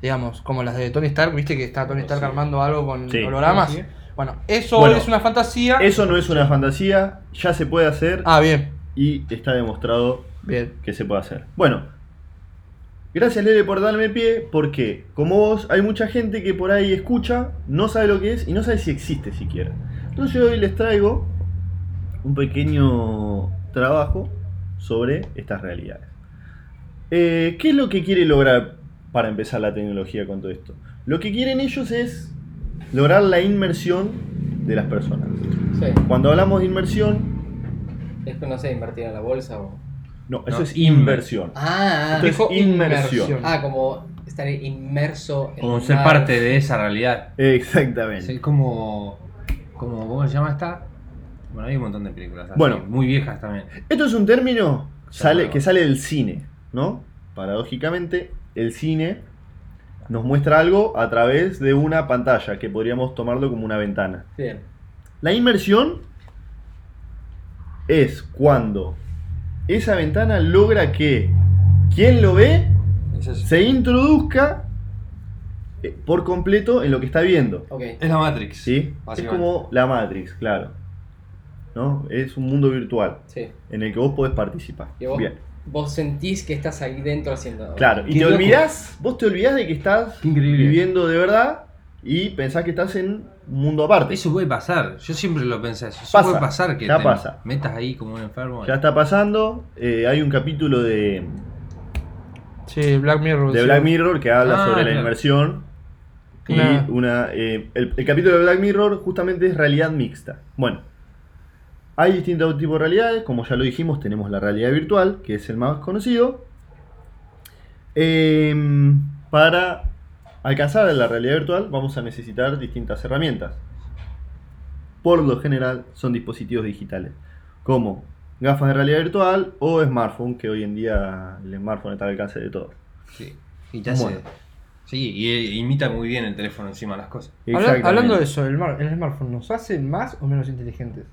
S6: Digamos, como las de Tony Stark, viste que está Tony Stark armando algo con
S5: Ah, Sí.
S6: hologramas.
S4: Sí.
S6: Bueno, eso
S5: Bueno,
S6: es una fantasía.
S5: Eso no es una fantasía, ya se puede hacer
S6: Ah, bien,
S5: y está demostrado
S6: bien.
S5: que se puede hacer. Bueno, gracias Lele por darme pie, porque como vos, hay mucha gente que por ahí escucha, no sabe lo que es y no sabe si existe siquiera. Entonces yo hoy les traigo un pequeño trabajo sobre estas realidades. Eh, ¿Qué es lo que quiere lograr para empezar la tecnología con todo esto? Lo que quieren ellos es lograr la inmersión de las personas.
S3: Sí.
S5: Cuando hablamos de inmersión,
S3: Es que no sé, invertir en la bolsa o.
S5: no, eso
S4: No,
S5: es
S4: in-
S5: inversión.
S3: Ah,
S5: Entonces,
S6: Dijo
S5: inmersión.
S3: ah, como estar inmerso en.
S4: Como
S3: un
S4: ser
S3: mar.
S4: parte de esa realidad.
S5: Exactamente.
S4: Es como, como. ¿Cómo se llama esta? Bueno, hay un montón de películas. así,
S5: Bueno.
S4: Muy viejas también.
S5: Esto es un término sale,
S4: nuevo.
S5: que sale del cine, ¿no? Paradójicamente, el cine nos muestra algo a través de una pantalla, que podríamos tomarlo como una ventana.
S3: Bien.
S5: La inmersión es cuando esa ventana logra que quien lo ve se introduzca eh, por completo en lo que está viendo.
S3: Ok.
S4: Es la Matrix.
S5: ¿sí? Es
S4: Básicamente.
S5: como la Matrix, claro. ¿no? Es un mundo virtual
S3: Sí.
S5: en el que vos podés participar.
S3: ¿Y vos?
S5: Bien.
S3: vos sentís que estás ahí dentro haciendo.
S5: Claro, y
S4: Qué
S5: te
S4: loco.
S5: olvidás, vos te olvidás de que estás
S4: Qué increíble.
S5: viviendo de verdad y pensás que estás en un mundo aparte.
S4: Eso puede pasar, yo siempre lo pensé, eso
S5: Pasa,
S4: puede pasar que
S5: ya
S4: te
S5: pasa.
S4: metas ahí como un enfermo.
S5: Ya está pasando, eh, hay un capítulo de,
S6: Sí, Black Mirror.
S5: de
S6: sí.
S5: Black Mirror que habla
S4: Ah,
S5: sobre la
S4: claro.
S5: inmersión. Y
S6: Claro.
S5: una, eh, el, el capítulo de Black Mirror justamente es realidad mixta. Bueno, hay distintos tipos de realidades, como ya lo dijimos, tenemos la realidad virtual, que es el más conocido. Em, para alcanzar la realidad virtual vamos a necesitar distintas herramientas. Por lo general son dispositivos digitales, como gafas de realidad virtual o smartphone, que hoy en día el smartphone está al alcance de todos.
S4: Sí. Y te hace-
S5: Bueno.
S4: Sí, y imita muy bien el teléfono encima las cosas.
S6: Habla-
S5: Exactamente.
S6: hablando de eso, el, mar- el smartphone nos hace más o menos inteligentes.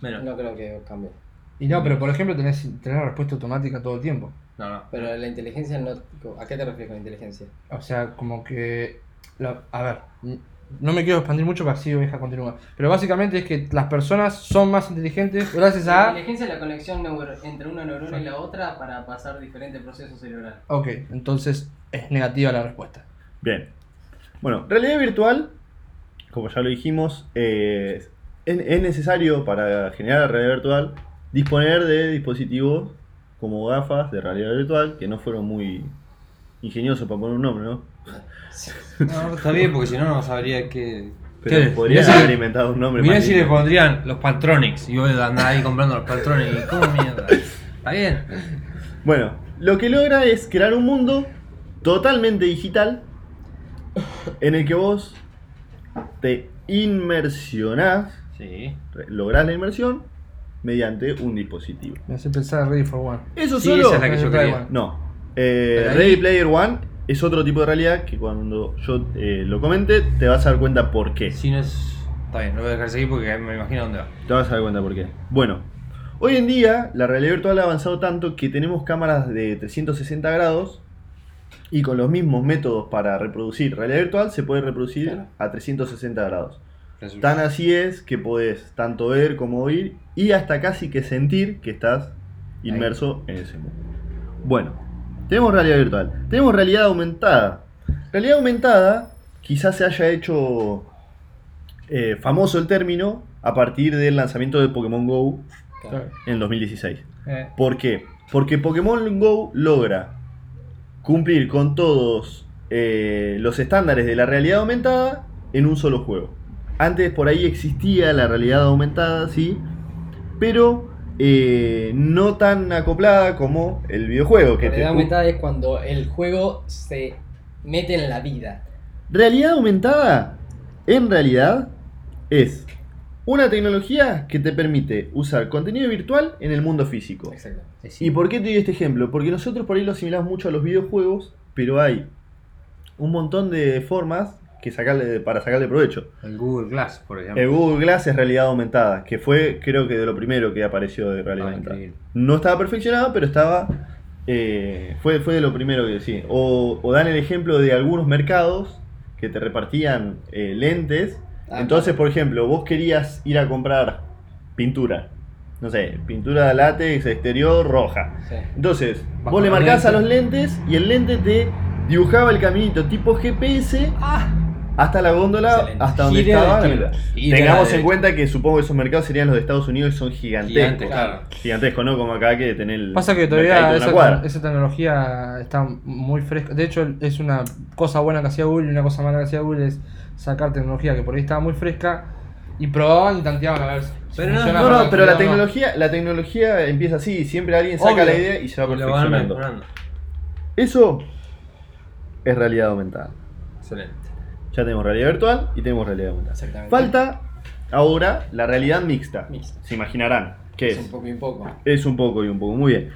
S4: Bueno, no,
S3: No creo que cambie.
S6: Y no, pero por ejemplo tenés, tenés la respuesta automática todo el tiempo.
S4: no.
S3: Pero la inteligencia no. ¿A qué te refieres con inteligencia?
S6: O sea, como que... la- a ver, n- no me quiero expandir mucho para así oveja continúa. Pero básicamente es que las personas son más inteligentes gracias
S3: La
S6: a...
S3: inteligencia es la conexión neuro- entre una neurona y la otra para pasar diferentes procesos cerebrales.
S6: Ok, entonces es negativa la respuesta.
S5: Bien. Bueno, realidad virtual, como ya lo dijimos, eh, es, es necesario para generar la realidad virtual disponer de dispositivos como gafas de realidad virtual, que no fueron muy ingeniosos para poner un nombre, ¿no?
S4: No, está bien, porque si no, no sabría qué.
S5: Pero
S4: qué-
S5: podrían
S4: Mirá si-
S5: haber inventado un nombre.
S4: Mirá
S5: más
S4: si le
S5: lindo.
S4: pondrían los Pantronics y vos andás ahí comprando los Pantronics. ¿Cómo mierda? Está bien.
S5: Bueno, lo que logra es crear un mundo totalmente digital en el que vos te inmersionás,
S4: Sí.
S5: re- lográs la inmersión mediante un dispositivo.
S6: Me hace pensar en Ready for One.
S5: Eso
S4: Sí,
S5: solo.
S4: esa es la que yo
S6: Da
S4: quería.
S6: igual.
S5: No. Eh,
S4: Pero ahí-
S5: Ready Player One es otro tipo de realidad que cuando yo eh, lo comente te vas a dar cuenta por qué.
S4: Eh, Si no es. Está bien, no voy a dejar seguir porque me imagino dónde va.
S5: Te vas a dar cuenta por qué. Bueno, hoy en día la realidad virtual ha avanzado tanto que tenemos cámaras de 360 grados y con los mismos métodos para reproducir realidad virtual se puede reproducir
S3: Claro.
S5: a 360 grados.
S4: Resulta.
S5: Tan así es que podés tanto ver como oír y hasta casi que sentir que estás inmerso en ese mundo. Bueno, tenemos realidad virtual, tenemos realidad aumentada. Realidad aumentada quizás se haya hecho eh, famoso el término a partir del lanzamiento de Pokémon Go
S6: Claro.
S5: en el 2016.
S4: Eh,
S5: ¿Por qué? Porque Pokémon Go logra cumplir con todos eh, los estándares de la realidad aumentada en un solo juego. Antes por ahí existía la realidad aumentada, sí, pero eh, no tan acoplada como el videojuego. Que
S3: La
S5: te
S3: realidad
S5: ju-
S3: aumentada es cuando el juego se mete en la vida.
S5: Realidad aumentada, en realidad, es una tecnología que te permite usar contenido virtual en el mundo físico.
S3: Exacto.
S5: ¿Y por qué te doy este ejemplo? Porque nosotros por ahí lo asimilamos mucho a los videojuegos, pero hay un montón de formas que sacarle, para sacarle provecho.
S4: El Google Glass, por ejemplo.
S5: El Google Glass es realidad aumentada, que fue creo que de lo primero que apareció de realidad
S4: Ah,
S5: aumentada.
S4: increíble.
S5: No estaba perfeccionado, pero estaba... eh, fue, fue de lo primero que sí. O, o dan el ejemplo de algunos mercados que te repartían eh, lentes.
S3: Ah,
S5: Entonces, por ejemplo, vos querías ir a comprar pintura. No sé, pintura látex exterior roja.
S3: Sí.
S5: Entonces,
S4: Vas
S5: vos
S4: con
S5: le
S4: los
S5: marcás a
S4: lentes.
S5: los lentes y el lente te dibujaba el caminito tipo GPS
S3: Ah.
S5: hasta la góndola,
S4: Excelente.
S5: hasta donde
S4: Gire a la
S5: estaba. la
S4: izquierda.
S5: mitad.
S4: Gire a la
S5: Tengamos en
S4: derecha.
S5: cuenta que supongo que esos mercados serían los de Estados Unidos que son gigantescos.
S4: Gigante, claro.
S5: Gigantescos, ¿no? Como acá que tenés el.
S6: Pasa que
S5: mercadito
S6: todavía
S5: de una
S6: esa,
S5: cuadra.
S6: esa tecnología está muy fresca. De hecho, es una cosa buena que hacía Google y una cosa mala que hacía Google es sacar tecnología que por ahí estaba muy fresca y probaban y tanteaban a ver si
S4: Pero no,
S6: funciona
S5: No,
S6: para
S5: no, pero la
S6: actividad o no.
S5: tecnología, la tecnología empieza así, siempre alguien saca
S6: Obvio.
S5: la idea y se va
S4: Y lo van
S5: perfeccionando.
S4: mejorando.
S5: Eso es realidad aumentada.
S4: Excelente.
S5: Ya tenemos realidad virtual y tenemos realidad aumentada.
S3: Exactamente.
S5: Falta ahora la realidad mixta.
S3: Mixta.
S5: Se imaginarán qué
S3: Es
S5: es. Ah,
S3: un poco y un poco.
S5: Es un poco y un poco, muy bien.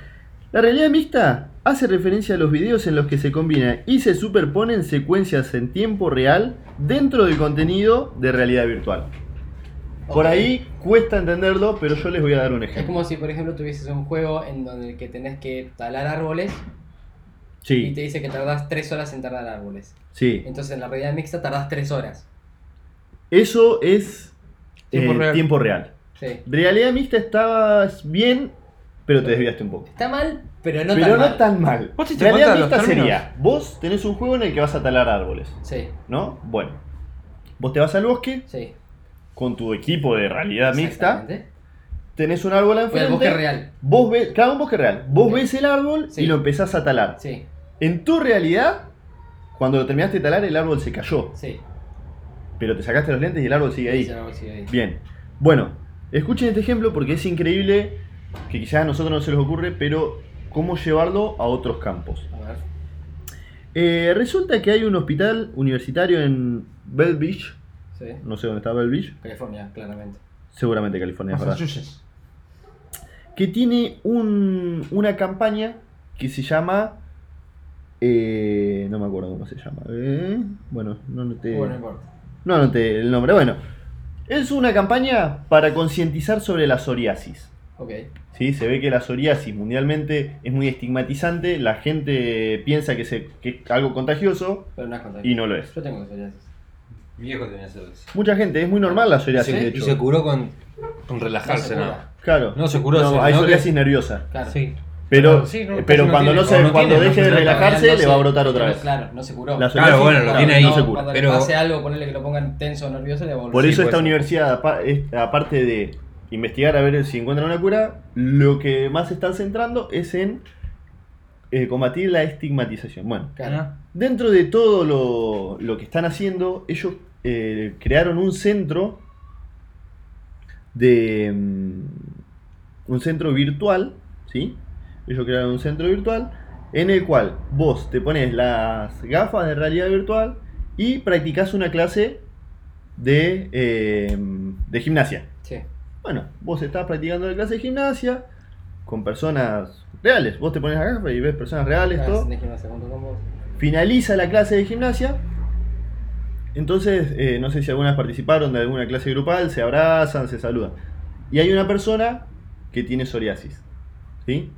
S5: La realidad mixta hace referencia a los videos en los que se combina y se superponen secuencias en tiempo real dentro del contenido de realidad virtual. Por
S3: Ok.
S5: ahí cuesta entenderlo, pero yo les voy a dar un
S3: Es
S5: ejemplo.
S3: como si, por ejemplo, tuvieses un juego en donde que tenés que talar árboles y
S5: Sí,
S3: te dice que tardás 3 horas en talar árboles.
S5: sí.
S3: Entonces en la realidad mixta tardás 3 horas.
S5: Eso es eh,
S6: Tiempo real.
S5: tiempo real.
S3: Sí.
S5: Realidad mixta estaba bien, pero te desviaste un poco.
S3: Está mal, pero no
S5: pero
S3: tan
S5: no
S3: mal.
S5: tan mal.
S6: Vos te diste
S5: La idea
S6: cuenta de
S5: mixta
S6: los términos.
S5: sería, vos tenés un juego en el que vas a talar árboles,
S3: Sí,
S5: ¿no? Bueno, vos te vas al bosque
S3: sí.
S5: con tu equipo de realidad mixta,
S3: Exactamente.
S5: tenés un árbol
S3: Fue al bosque
S5: enfrente,
S3: real.
S5: vos ves, claro, un bosque real, vos
S3: Ok.
S5: ves el árbol
S3: Sí.
S5: y lo empezás a talar.
S3: Sí,
S5: En tu realidad, cuando lo terminaste de talar, el árbol se cayó,
S3: sí.
S5: pero te sacaste los lentes y el árbol sigue ahí.
S3: Sí, algo así, ahí.
S5: Bien. Bueno, escuchen este ejemplo porque es increíble que quizás a nosotros no se les ocurre, pero cómo llevarlo a otros campos.
S3: A ver.
S5: Eh, resulta que hay un hospital universitario en Bell Beach,
S3: Sí.
S5: no sé dónde está Bell Beach,
S3: California, claramente.
S5: seguramente California, es verdad,
S6: Massachusetts.
S5: que tiene un- una campaña que se llama... eh, no me acuerdo cómo se llama. eh, bueno, no noté,
S3: Bueno, no importa.
S5: no anoté el nombre. Bueno, es una campaña para concientizar sobre la psoriasis.
S3: Ok.
S5: ¿sí? Se ve que la psoriasis mundialmente es muy estigmatizante, la gente piensa que, se- que es algo contagioso
S3: Pero no es contagio.
S5: y no lo es.
S3: Yo tengo psoriasis.
S4: Mi viejo tenía psoriasis.
S5: Mucha gente, es muy normal la psoriasis,
S4: Sí,
S5: de
S4: y
S5: hecho.
S4: se curó con, con
S3: No se
S4: relajarse
S3: cura.
S4: nada.
S5: Claro.
S4: No, se curó,
S5: No,
S4: se-
S5: hay
S4: no,
S5: psoriasis
S4: que-
S5: nerviosa.
S3: Claro.
S4: Sí.
S5: Pero,
S4: Sí, no, casi
S5: pero
S4: no
S5: cuando,
S4: tiene,
S5: no se,
S4: o no
S5: cuando
S4: tiene, no
S5: deje de
S4: se trata.
S5: relajarse,
S3: Real no
S5: le va a
S3: se-
S5: brotar otra
S3: claro,
S5: vez.
S3: Claro, no se curó.
S5: La
S4: Claro,
S5: psoriasis,
S4: bueno, lo
S5: claro,
S4: tiene ahí.
S5: no se
S3: Cuando
S5: cura.
S4: Pero-
S3: le pase algo, ponerle que lo pongan tenso o nervioso, le va a volver.
S5: Por
S4: Sí,
S5: eso
S4: puede
S5: esta
S4: ser.
S5: universidad, apa- es- aparte de investigar a ver si encuentran una cura, lo que más se están centrando es en eh, combatir la estigmatización. Bueno,
S3: Claro.
S5: Dentro de todo lo, lo que están haciendo, ellos eh, crearon un centro de mm, un centro virtual, ¿sí? Ellos crearon un centro virtual en el cual vos te pones las gafas de realidad virtual y practicás una clase de, eh, de gimnasia.
S3: Sí.
S5: Bueno, vos estás practicando la clase de gimnasia con personas reales. Vos te pones las gafas y ves personas reales,
S3: Claro,
S5: todo
S3: sin gimnasia junto con vos.
S5: finaliza la clase de gimnasia. Entonces, eh, no sé si algunas participaron de alguna clase grupal, se abrazan, se saludan. Y hay una persona que tiene psoriasis. ¿Sí?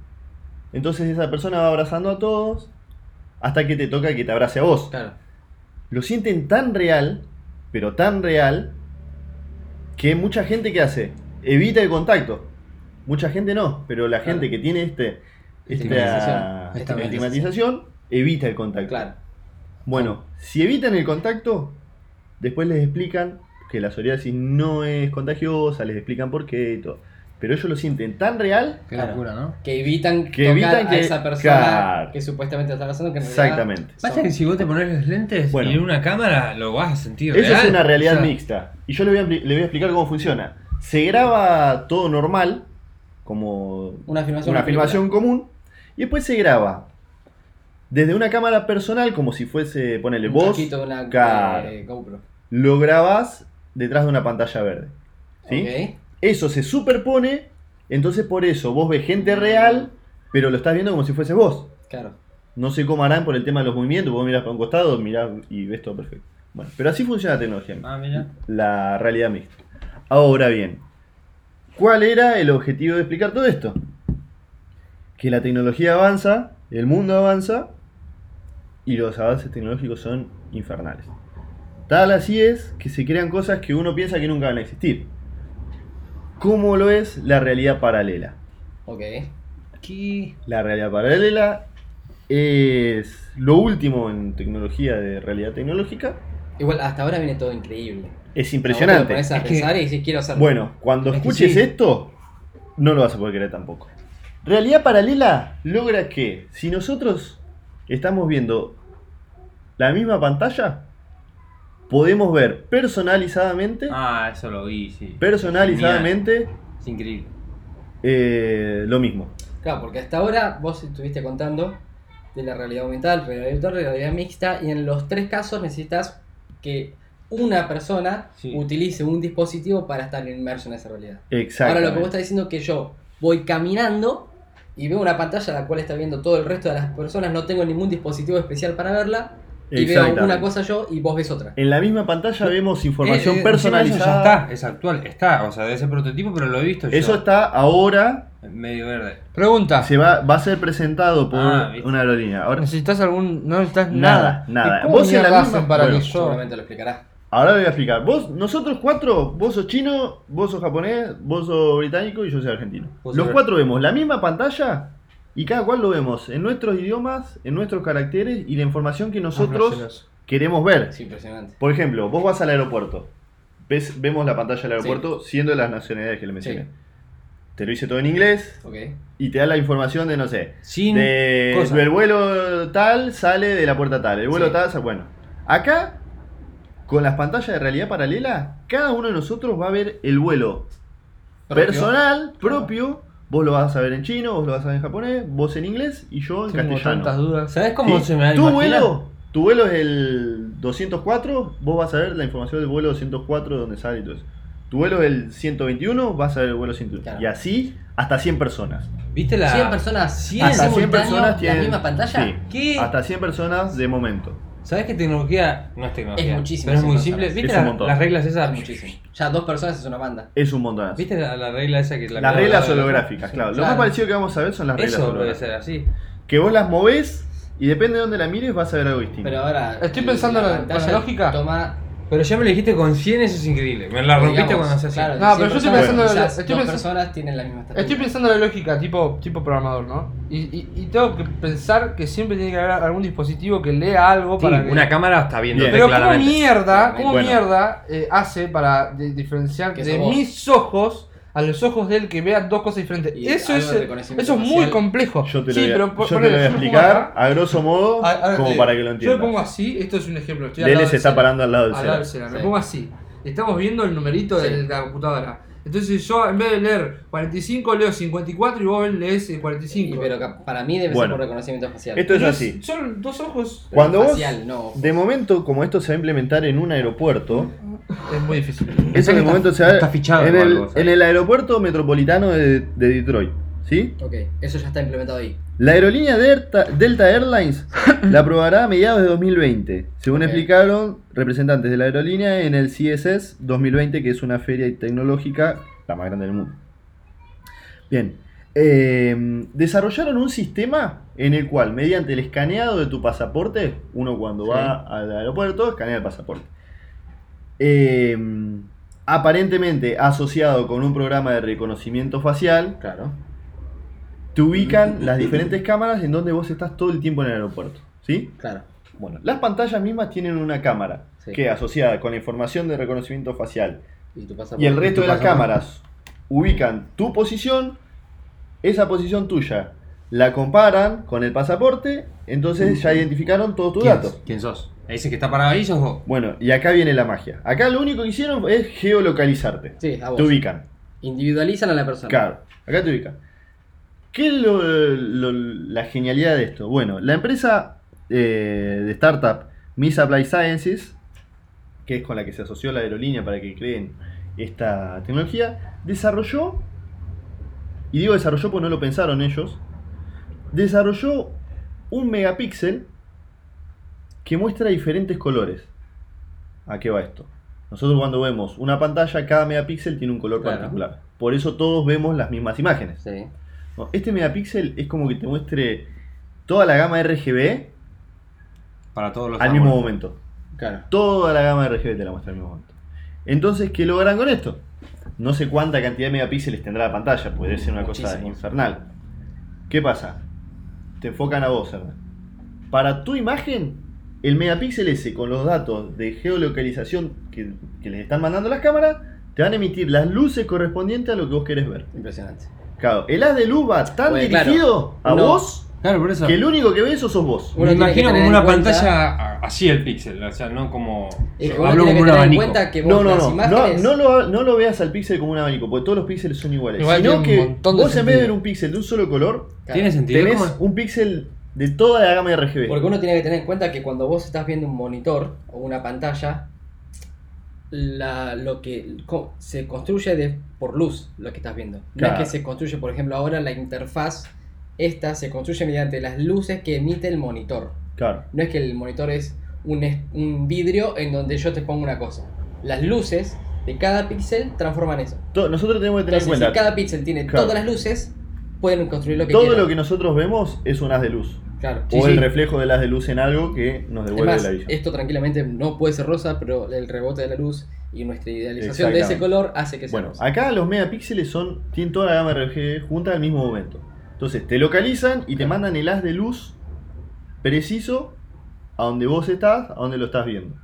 S5: Entonces esa persona va abrazando a todos hasta que te toca que te abrace a vos.
S3: Claro.
S5: Lo sienten tan real, pero tan real, que mucha gente que hace, evita el contacto. Mucha gente no, pero la gente que tiene este, esta
S3: Estigmatización.
S5: estigmatización evita el contacto.
S3: Claro.
S5: Bueno, si evitan el contacto, después les explican que la psoriasis no es contagiosa, les explican por qué y todo. Pero ellos lo sienten tan real,
S4: Qué
S3: Claro.
S4: locura, ¿no?
S3: Que evitan
S5: Que
S3: tocar
S5: evitan
S3: a
S5: que-
S3: esa persona
S5: claro.
S3: que supuestamente está abrazando que en realidad
S5: exactamente.
S3: son-
S4: Pasa que si vos te pones los lentes
S5: Bueno.
S4: y en una cámara lo vas a sentir real.
S5: Esa es una realidad
S4: O sea,
S5: mixta. Y yo le voy, a, le voy a explicar cómo funciona. Se graba todo normal, como
S3: Una afirmación.
S5: una
S3: película.
S5: filmación común, y después se graba desde una cámara personal, como si fuese, ponele
S3: Un
S5: vos,
S3: casquito de una
S5: claro.
S3: eh, GoPro.
S5: lo grabás detrás de una pantalla verde. ¿Sí?
S3: Ok.
S5: Eso se superpone, entonces por eso vos ves gente real, pero lo estás viendo como si fuese vos.
S3: Claro.
S5: No sé cómo harán por el tema de los movimientos, vos mirás para un costado, mirás y ves todo perfecto. Bueno, pero así funciona la tecnología,
S4: Ah, mira.
S5: la realidad mixta. Ahora bien, ¿cuál era el objetivo de explicar todo esto? Que la tecnología avanza, el mundo avanza y los avances tecnológicos son infernales. Tal así es que se crean cosas que uno piensa que nunca van a existir. ¿Cómo lo es la realidad paralela?
S3: Ok.
S4: Aquí.
S5: La realidad paralela es lo último en tecnología de realidad tecnológica.
S3: Igual, hasta ahora viene todo increíble.
S5: Es
S3: Ahora te
S5: impresionante.
S3: pones a
S4: Es que-
S3: pensar y si quiero hacerlo.
S5: Bueno, cuando
S4: Es que
S5: escuches
S4: sí.
S5: esto, no lo vas a poder creer tampoco. Realidad paralela logra que si nosotros estamos viendo la misma pantalla, podemos ver personalizadamente,
S4: Ah, eso lo vi, sí.
S5: personalizadamente
S4: Genial. Es increíble.
S5: eh, lo mismo.
S3: Claro, porque hasta ahora vos estuviste contando de la realidad aumentada, realidad virtual, realidad mixta, y en los tres casos necesitas que una persona
S4: Sí.
S3: utilice un dispositivo para estar inmerso en esa realidad.
S5: Exacto.
S3: Ahora lo que vos estás diciendo es que yo voy caminando y veo una pantalla la cual está viendo todo el resto de las personas, no tengo ningún dispositivo especial para verla, y veo una cosa yo y vos ves otra.
S5: En la misma pantalla vemos información
S4: Eh, eh,
S5: personalizada.
S4: encima eso Ya está, es actual, está, o sea, de ese prototipo, pero lo he visto
S5: Eso
S4: yo.
S5: está ahora,
S4: Medio verde.
S6: Pregunta.
S5: se va, va a ser presentado por
S4: Ah, viste.
S5: una aerolínea. Ahora,
S6: ¿Necesitas algún.? No necesitas
S5: Nada,
S6: nada.
S5: nada.
S6: ¿Y cómo
S5: Vos en la
S6: mierda
S5: misma-
S6: hacen para
S5: bueno,
S6: que yo.?
S3: Seguramente lo explicarás.
S5: Ahora voy a explicar. Vos, nosotros cuatro, vos sos chino, vos sos japonés, vos sos británico y yo soy argentino.
S4: Vos
S5: Los
S4: sos-
S5: cuatro vemos la misma pantalla y cada cual lo vemos en nuestros idiomas, en nuestros caracteres y la información que nosotros
S6: Nosotros.
S5: queremos ver.
S3: Es impresionante.
S5: Por ejemplo, vos vas al aeropuerto, ves, vemos la pantalla del aeropuerto siendo las nacionalidades que le mencioné.
S3: Sí.
S5: Te lo hice todo en inglés
S3: Ok.
S5: y te da la información de, no sé,
S4: Sin
S5: de-
S4: cosa.
S5: el vuelo tal sale de la puerta tal, el vuelo
S3: Sí.
S5: tal, sa- bueno. Acá, con las pantallas de realidad paralela, cada uno de nosotros va a ver el vuelo
S3: Propio.
S5: personal, propio. Vos lo vas a ver en chino, vos lo vas a ver en japonés, vos en inglés y yo en
S6: Tengo
S5: castellano.
S6: tantas dudas.
S4: ¿Sabes cómo
S5: Sí.
S4: se me ha
S5: ¿Tu
S4: imaginado?
S5: vuelo? Tu vuelo es el 204, vos vas a ver la información del vuelo 204 donde sale y todo eso. Tu vuelo es el 121, vas a ver el vuelo 121.
S3: Claro.
S5: Y así hasta 100 personas.
S4: ¿Viste la.?
S3: 100 personas, 100
S5: hasta
S3: simultáneos, la
S5: tienen-
S3: misma pantalla.
S5: Sí,
S4: ¿Qué?
S5: hasta 100 personas de momento.
S4: ¿Sabes qué tecnología? No es tecnología.
S3: Es muchísimo,
S4: Pero es
S3: sí,
S4: muy
S3: no,
S4: simple.
S3: sabes.
S4: ¿Viste
S5: Es un
S4: la-
S5: montón.
S4: las reglas
S3: Ah,
S4: esas?
S3: muchísimo. Ya dos personas es una banda.
S5: Es un montón.
S4: ¿Viste la, la regla esa que
S5: Las reglas
S4: la-
S5: holográficas, claro. Lo
S3: Claro.
S5: más parecido que vamos a ver son las reglas
S4: Eso puede
S5: holográficas.
S4: ser así.
S5: Que vos las movés y depende de dónde la mires vas a ver algo distinto.
S4: Mm.
S3: Pero ahora.
S6: Estoy pensando en la- con la lógica.
S3: Toma.
S4: Pero ya me lo dijiste con 100, eso es increíble. Me la rompiste
S3: digamos,
S4: cuando se hacía.
S3: claro,
S6: No,
S3: cien
S6: pero yo estoy
S3: personas,
S6: pensando en la-
S3: quizás
S6: estoy
S3: dos
S6: pensando-
S3: personas tienen la misma estatura.
S6: Estoy pensando en la lógica tipo, tipo programador, ¿no? Y, y- y tengo que pensar que siempre tiene que haber algún dispositivo que lea algo
S4: Sí,
S6: para que...
S4: una cámara está viendo
S5: Bien.
S6: Pero cómo
S4: claramente.
S6: mierda, cómo
S5: Bueno.
S6: mierda eh, hace para de- diferenciar
S3: Que
S6: de
S3: sos vos.
S6: mis ojos a los ojos de él que vea dos cosas diferentes.
S3: Y
S6: eso
S3: algo de
S6: es, eso
S3: reconocimiento
S6: es muy
S3: facial.
S6: complejo.
S5: yo te lo
S6: Sí,
S5: voy a,
S6: pero po-
S5: yo te lo
S6: ponele,
S5: voy a
S6: yo me pongo
S5: explicar
S6: acá.
S5: a grosso modo
S6: A- a-
S5: como
S6: eh,
S5: para que lo
S6: Yo me pongo
S5: entiendas.
S6: así, esto es un ejemplo. Estoy al
S5: Lele
S6: lado
S5: se
S6: del
S5: está
S6: celular.
S5: parando al lado del
S6: Al
S5: celular.
S6: lado del celular.
S3: Sí.
S6: Me pongo así. Estamos viendo el numerito
S3: Sí.
S6: de la computadora. Entonces yo en vez de leer 45 leo 54 y vos lees eh, 45.
S3: Y- Pero cap- para mí debe
S5: Bueno.
S3: ser por reconocimiento facial.
S5: Esto es
S6: Pero
S5: así.
S6: Son dos ojos.
S3: Pero
S5: Cuando vos,
S3: facial, no.
S5: de momento, como esto se va a implementar en un aeropuerto,
S6: Es muy difícil.
S5: eso en el momento se va
S4: está fichado
S5: en
S4: o
S5: el,
S4: algo, ¿sabes?
S5: en el aeropuerto metropolitano de, de Detroit, ¿sí?
S3: Ok, eso ya está implementado ahí.
S5: La aerolínea Delta, Delta Airlines la aprobará a mediados de 2020, según
S3: Ok.
S5: explicaron representantes de la aerolínea en el CSS 2020, que es una feria tecnológica la más grande del mundo. Bien, eh, desarrollaron un sistema en el cual, mediante el escaneado de tu pasaporte, uno cuando
S3: Sí.
S5: va al aeropuerto escanea el pasaporte, eh, aparentemente asociado con un programa de reconocimiento facial,
S3: Claro.
S5: te ubican las diferentes cámaras en donde vos estás todo el tiempo en el aeropuerto. ¿Sí?
S3: Claro.
S5: Bueno, las pantallas mismas tienen una cámara
S3: Sí.
S5: que asociada con la información de reconocimiento facial
S3: Y, tu pasaporte.
S5: y el resto
S3: tu
S5: de las
S3: pasaporte.
S5: cámaras ubican tu posición, esa posición tuya la comparan con el pasaporte, entonces ya identificaron todos tus
S4: ¿Quién-
S5: datos.
S4: ¿Quién sos? Ahí dice que está parado ahí, sos vos.
S5: Bueno, y acá viene la magia. Acá lo único que hicieron es geolocalizarte.
S3: Sí, a vos.
S5: Te ubican.
S3: Individualizan a la persona.
S5: Claro, acá te ubica. ¿Qué es lo- lo- la genialidad de esto? Bueno, la empresa eh, de startup Miss Applied Sciences, que es con la que se asoció la aerolínea para que creen esta tecnología, desarrolló, y digo desarrolló porque no lo pensaron ellos, desarrolló un megapíxel que muestra diferentes colores. ¿A qué va esto? Nosotros cuando vemos una pantalla, cada megapíxel tiene un color
S3: Claro.
S5: particular. Por eso todos vemos las mismas imágenes.
S3: Sí.
S5: No, Este megapíxel es como que te muestre toda la gama RGB
S4: Para todos los.
S5: al mismo
S4: sabores.
S5: momento.
S3: Claro.
S5: Toda la gama RGB te la muestra al mismo momento. Entonces, ¿qué logran con esto? No sé cuánta cantidad de megapíxeles tendrá la pantalla, puede ser una cosa
S3: Muchísimo.
S5: infernal. ¿Qué pasa? Te enfocan a vos, Hernán. Para tu imagen, el megapíxel ese con los datos de geolocalización que, que les están mandando las cámaras, te van a emitir las luces correspondientes a lo que vos querés ver.
S3: Impresionante.
S5: Claro, el haz de luz va tan
S3: Bueno, claro.
S5: dirigido a
S3: No.
S5: vos
S4: Claro, por eso.
S5: que el único que ve eso sos vos.
S3: Uno
S4: Me
S3: tiene que
S4: imagino
S3: tener
S4: como
S3: en
S4: una
S3: cuenta-
S4: pantalla a- así el pixel, o sea, no como.
S3: Es que
S4: yo
S3: uno tiene
S4: hablo como
S3: que
S4: un
S3: tener en
S4: abanico.
S3: cuenta que vos
S5: No, no,
S3: las
S5: no, no,
S3: imágenes.
S5: no lo, no lo veas al píxel como un abanico, porque todos los píxeles son iguales.
S6: Igual
S5: Sino
S6: tiene
S5: que
S6: un montón de
S5: vos en vez de ver
S6: sentido.
S5: un píxel de un solo color,
S3: Claro.
S4: Tiene sentido.
S5: tenés
S4: es como-
S5: un píxel de toda la gama RGB.
S3: Porque uno tiene que tener en cuenta que cuando vos estás viendo un monitor o una pantalla, la, lo que co- se construye de, por luz lo que estás viendo. No
S5: Claro.
S3: es que se construye, por ejemplo, ahora la interfaz, esta se construye mediante las luces que emite el monitor.
S5: Claro,
S3: No es que el monitor es un, es- un vidrio en donde yo te pongo una cosa. Las luces de cada píxel transforman eso.
S5: To- nosotros tenemos que tener
S3: Entonces,
S5: en
S3: si
S5: cuenta,
S3: cada píxel tiene
S5: Claro.
S3: todas las luces, pueden construir lo que
S5: todo
S3: quieran.
S5: lo que nosotros vemos es un haz de luz.
S3: Claro.
S5: o
S3: Sí,
S5: el
S3: sí.
S5: reflejo de las de luz en algo que nos
S3: Es
S5: devuelve
S3: más,
S5: la visión.
S3: esto tranquilamente no puede ser rosa, pero el rebote de la luz y nuestra idealización de ese
S5: Exactamente.
S3: color hace que sea
S5: Bueno,
S3: rosa.
S5: acá los megapíxeles son, tienen toda la gama de RGB junta al mismo momento. Entonces te localizan y te mandan el haz de luz preciso a donde vos estás, a donde lo estás viendo.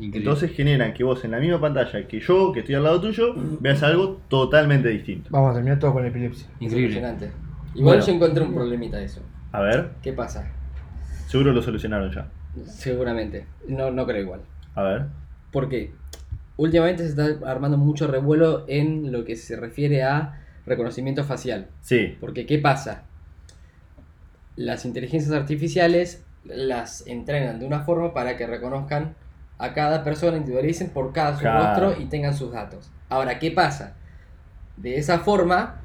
S5: Entonces generan que vos en la misma pantalla que yo, que estoy al lado tuyo, veas algo totalmente distinto.
S6: Vamos a terminar todo con la epilepsia.
S4: Increíble.
S3: Impresionante. Igual
S5: Bueno.
S3: yo encontré un problemita de eso.
S5: A ver,
S3: ¿Qué pasa?
S5: seguro lo solucionaron ya.
S3: Seguramente. No, no creo igual.
S5: A ver.
S3: Porque últimamente se está armando mucho revuelo en lo que se refiere a reconocimiento facial.
S5: Sí,
S3: Porque, ¿qué pasa? Las inteligencias artificiales las entrenan de una forma para que reconozcan a cada persona, individualicen por cada su
S5: Claro.
S3: rostro y tengan sus datos. Ahora, ¿qué pasa? De esa forma,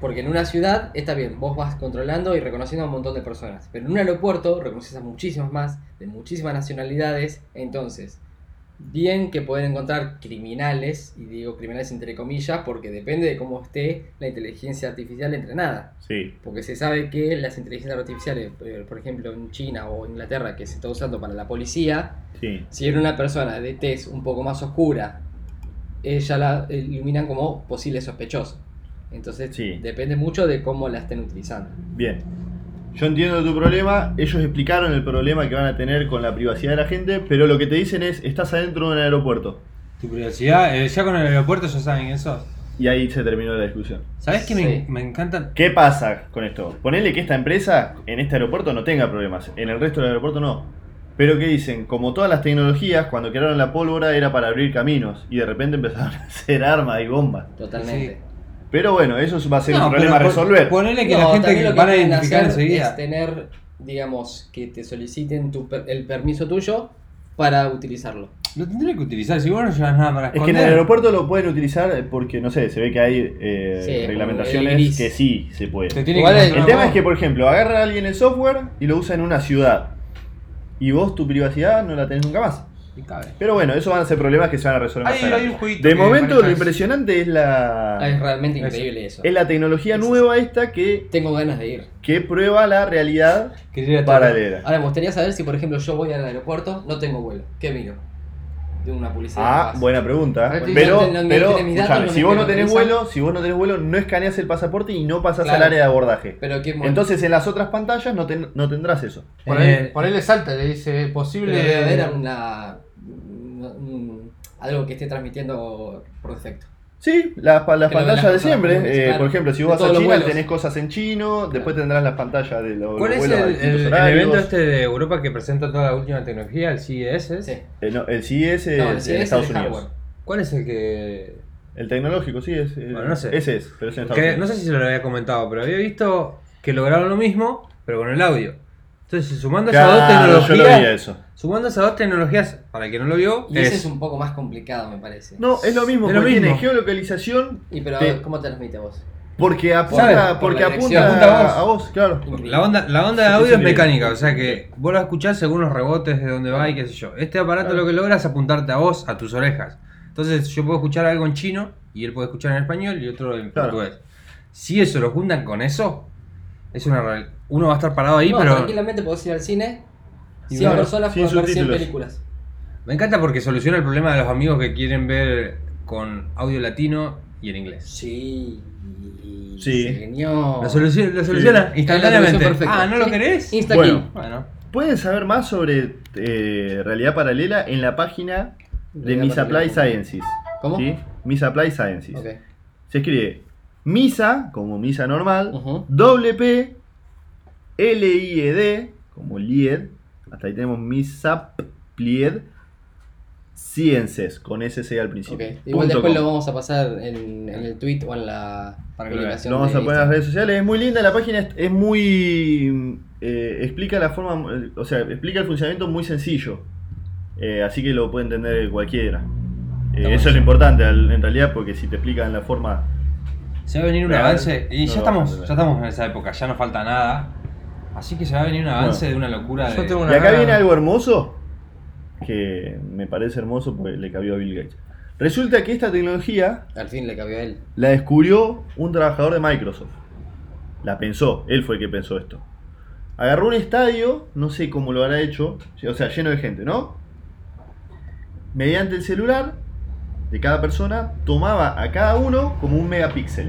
S3: porque en una ciudad está bien, vos vas controlando y reconociendo a un montón de personas, pero en un aeropuerto reconoces a muchísimas más, de muchísimas nacionalidades, entonces Bien que pueden encontrar criminales, y digo criminales entre comillas, porque depende de cómo esté la inteligencia artificial entrenada.
S5: sí.
S3: Porque se sabe que las inteligencias artificiales, eh, por ejemplo en China o Inglaterra, que se está usando para la policía,
S5: Sí,
S3: si era una persona de tez un poco más oscura, ella la eh, iluminan como posible sospechoso. Entonces
S5: Sí.
S3: depende mucho de cómo la estén utilizando.
S5: bien. Yo entiendo tu problema, ellos explicaron el problema que van a tener con la privacidad de la gente, pero lo que te dicen es, estás adentro de un aeropuerto.
S4: Tu curiosidad, eh, ya con el aeropuerto ya saben eso.
S5: Y ahí se terminó la discusión.
S4: ¿Sabes que
S3: Sí.
S4: me, me encantan?
S5: ¿Qué pasa con esto? Ponele que esta empresa en este aeropuerto no tenga problemas, en el resto del aeropuerto no. Pero que dicen, como todas las tecnologías, cuando crearon la pólvora era para abrir caminos y de repente empezaron a hacer armas y bombas.
S3: Totalmente.
S5: Pero bueno, eso va a ser
S4: No,
S5: un problema a
S4: pero pon-
S5: resolver.
S4: Ponele que
S3: No,
S4: la gente
S3: también
S4: que
S3: lo
S4: este. van a
S3: pueden
S4: identificar
S3: hacer
S4: enseguida.
S3: Es tener, digamos, que te soliciten tu per- el permiso tuyo para utilizarlo.
S4: Lo tendría que utilizar, si vos no llevas nada para
S5: Es que en
S4: esconder.
S5: el aeropuerto lo pueden utilizar porque, no sé, se ve que hay eh,
S3: Sí, como el
S5: reglamentaciones
S3: gris.
S5: que sí se
S6: Te
S5: puede.
S6: tiene
S3: Igual
S6: que
S3: el-
S5: El
S6: mostrar
S5: tema
S6: vos.
S5: es que, por ejemplo, agarra a alguien el software y lo usa en una ciudad. Y vos tu privacidad no la tenés nunca más.
S4: Y cabe.
S5: Pero bueno, esos van a ser problemas que se van a resolver más
S6: Hay-
S5: adelante.
S6: hay un jueguito
S5: De
S6: que
S5: momento,
S6: manejas.
S5: lo impresionante
S3: Ah,
S5: es
S3: es
S5: la,
S3: realmente
S4: Eso.
S3: increíble eso.
S5: es la tecnología
S3: Eso
S5: nueva esta que,
S3: Tengo ganas de ir.
S5: que prueba la realidad
S4: Quería ir a todo.
S5: paralela.
S3: Ahora me gustaría saber si, por ejemplo, yo voy al aeropuerto, no tengo vuelo. ¿Qué miro? De una publicidad.
S5: Ah,
S3: capaz.
S5: buena pregunta.
S6: Ahí te
S5: Pero,
S3: dicen, no, no
S5: pero
S3: tenés mis datos,
S5: escuchame,
S3: no
S5: si
S3: me
S5: vos no
S3: quiero
S5: tenés
S3: utilizar.
S5: vuelo, si vos no tenés vuelo, no escaneas el pasaporte y no pasás al
S3: Claro.
S5: área de abordaje.
S3: Pero qué momento.
S5: Entonces en las otras pantallas no, ten- no tendrás eso.
S6: Por ahí,
S4: Eh,
S6: por ahí le salta, le dice
S3: Pero
S6: posible.
S3: debe
S5: eh,
S3: haber una- un- mm, algo que esté transmitiendo por defecto.
S5: Sí, las, pa- las
S3: Pero de
S5: pantallas
S3: las
S5: de
S3: cosas
S5: siempre.
S3: comunes,
S5: eh,
S3: claro.
S5: Por ejemplo, si
S3: De
S5: vos vas
S3: todos
S5: a
S3: los
S5: China
S3: vuelos.
S5: tenés cosas en chino, después tendrás las pantallas de los,
S4: ¿Cuál
S5: los
S4: es el,
S5: vuelos a
S4: el-
S5: distintos
S4: el
S5: horarios.
S4: evento este de Europa que presenta toda la última tecnología, el E CES?
S3: Sí.
S5: Eh, no, el CIS
S3: No, el
S5: es
S3: CIS
S5: en Estados
S3: es el
S5: Unidos.
S3: hardware.
S4: ¿Cuál es el que.?
S5: El tecnológico, sí, es. eh,
S4: Bueno, no sé.
S5: Ese es, pero es en Estados
S4: que-
S5: Unidos.
S4: no sé si se lo había comentado, pero había visto que lograron lo mismo, pero con el audio. Entonces, sumando esas dos
S5: Claro, yo lo vi a
S4: tecnologías.
S5: eso.
S4: Sumando esas dos tecnologías, para el que no lo vio,
S3: Y ese es un poco más complicado, me parece.
S5: No, es lo mismo,
S4: Es lo
S5: porque tiene
S4: mismo.
S5: geolocalización
S3: Y pero,
S5: Te-
S3: ¿cómo te transmite vos?
S5: porque
S4: ¿Sabes?
S5: apunta,
S3: Por
S5: porque
S3: la
S5: apunta,
S3: dirección.
S4: Apunta a vos.
S5: a vos, claro.
S4: La onda, la onda de
S5: Sí,
S4: audio
S5: sí,
S4: es
S5: sí.
S4: mecánica, o sea que vos la escuchás según los rebotes de donde va y qué sé yo. Este aparato
S5: Claro.
S4: lo que logra es apuntarte a vos, a tus orejas. Entonces yo puedo escuchar algo en chino y él puede escuchar en español y otro en
S5: Claro.
S4: portugués. Si eso lo juntan con eso, es una real- uno va a estar parado ahí,
S3: No,
S4: pero
S3: tranquilamente podés ir al cine.
S5: Y
S3: 100
S5: bueno,
S3: personas
S5: sin
S3: pueden ver 100
S5: subtítulos.
S3: películas.
S4: me encanta porque soluciona el problema de los amigos que quieren ver con audio latino y en inglés.
S3: Sí.
S5: Sí.
S3: Señor.
S4: Lo soluciona, lo soluciona
S3: Oh. Sí. Es
S4: instantáneamente.
S3: la solución perfecta.
S4: Ah, ¿no lo
S3: Sí.
S4: querés?
S3: Insta
S5: Bueno.
S3: kill.
S4: Bueno,
S5: Pueden saber más sobre eh, realidad paralela en la página de
S3: Realidad
S5: Miss Apply
S3: paralela.
S5: Sciences.
S3: ¿Cómo?
S5: ¿sí? Miss Apply Sciences.
S3: Ok.
S5: Se escribe Misa, como misa normal,
S3: Ujú.
S5: doble P, L-I-E-D, como LIED, hasta ahí tenemos Misa Plied, Sciences, con SC al principio.
S3: ok. Igual
S5: Punto
S3: después
S5: com.
S3: lo vamos a pasar en, en el tweet o en la
S4: Para que lo
S3: publicación.
S5: Lo vamos
S3: de
S5: a poner en las
S3: Instagram.
S5: redes sociales. Es muy linda la página, es, es muy. eh, explica la forma. eh, O sea, explica el funcionamiento muy sencillo. Eh, así que lo puede entender cualquiera. Eh,
S3: Está
S5: eso
S3: bueno.
S5: es lo importante al- en realidad, porque si te explican la forma.
S4: Se va a venir un
S5: Claro,
S4: avance y ya
S5: no lo vas a
S4: estamos,
S5: entender.
S4: ya estamos en esa época, ya no falta nada. Así que se va a venir un avance de una locura
S6: Yo
S4: de
S6: tengo
S5: Y
S6: una-
S5: acá
S6: gana.
S5: viene algo hermoso. Que me parece hermoso porque le cabió a Bill Gates. Resulta que esta tecnología
S3: Al fin le cabió a él.
S5: la descubrió un trabajador de Microsoft. La pensó, él fue el que pensó esto. Agarró un estadio, no sé cómo lo habrá hecho, o sea, lleno de gente, ¿no? Mediante el celular de cada persona, tomaba a cada uno como un megapíxel.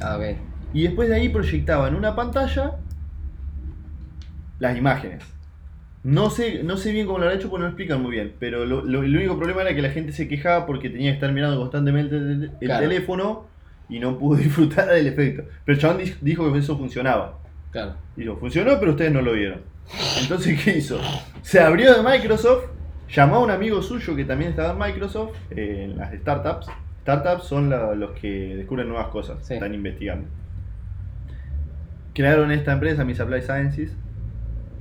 S3: Ah, ok.
S5: Y después de ahí proyectaban una pantalla las imágenes. No sé, no sé bien cómo lo habrá hecho porque no lo explican muy bien, pero lo, lo- el único problema era que la gente se quejaba porque tenía que estar mirando constantemente el, el
S3: Claro.
S5: teléfono y no pudo disfrutar del efecto. Pero el chabón di- dijo que eso funcionaba.
S3: Claro.
S5: Y lo funcionó, pero ustedes no lo vieron. Entonces, ¿qué hizo? Se abrió de Microsoft, llamó a un amigo suyo que también estaba en Microsoft, eh, en las startups. Startups son la- los que descubren nuevas cosas,
S3: Sí.
S5: están investigando. Crearon esta empresa, Miss Applied Sciences,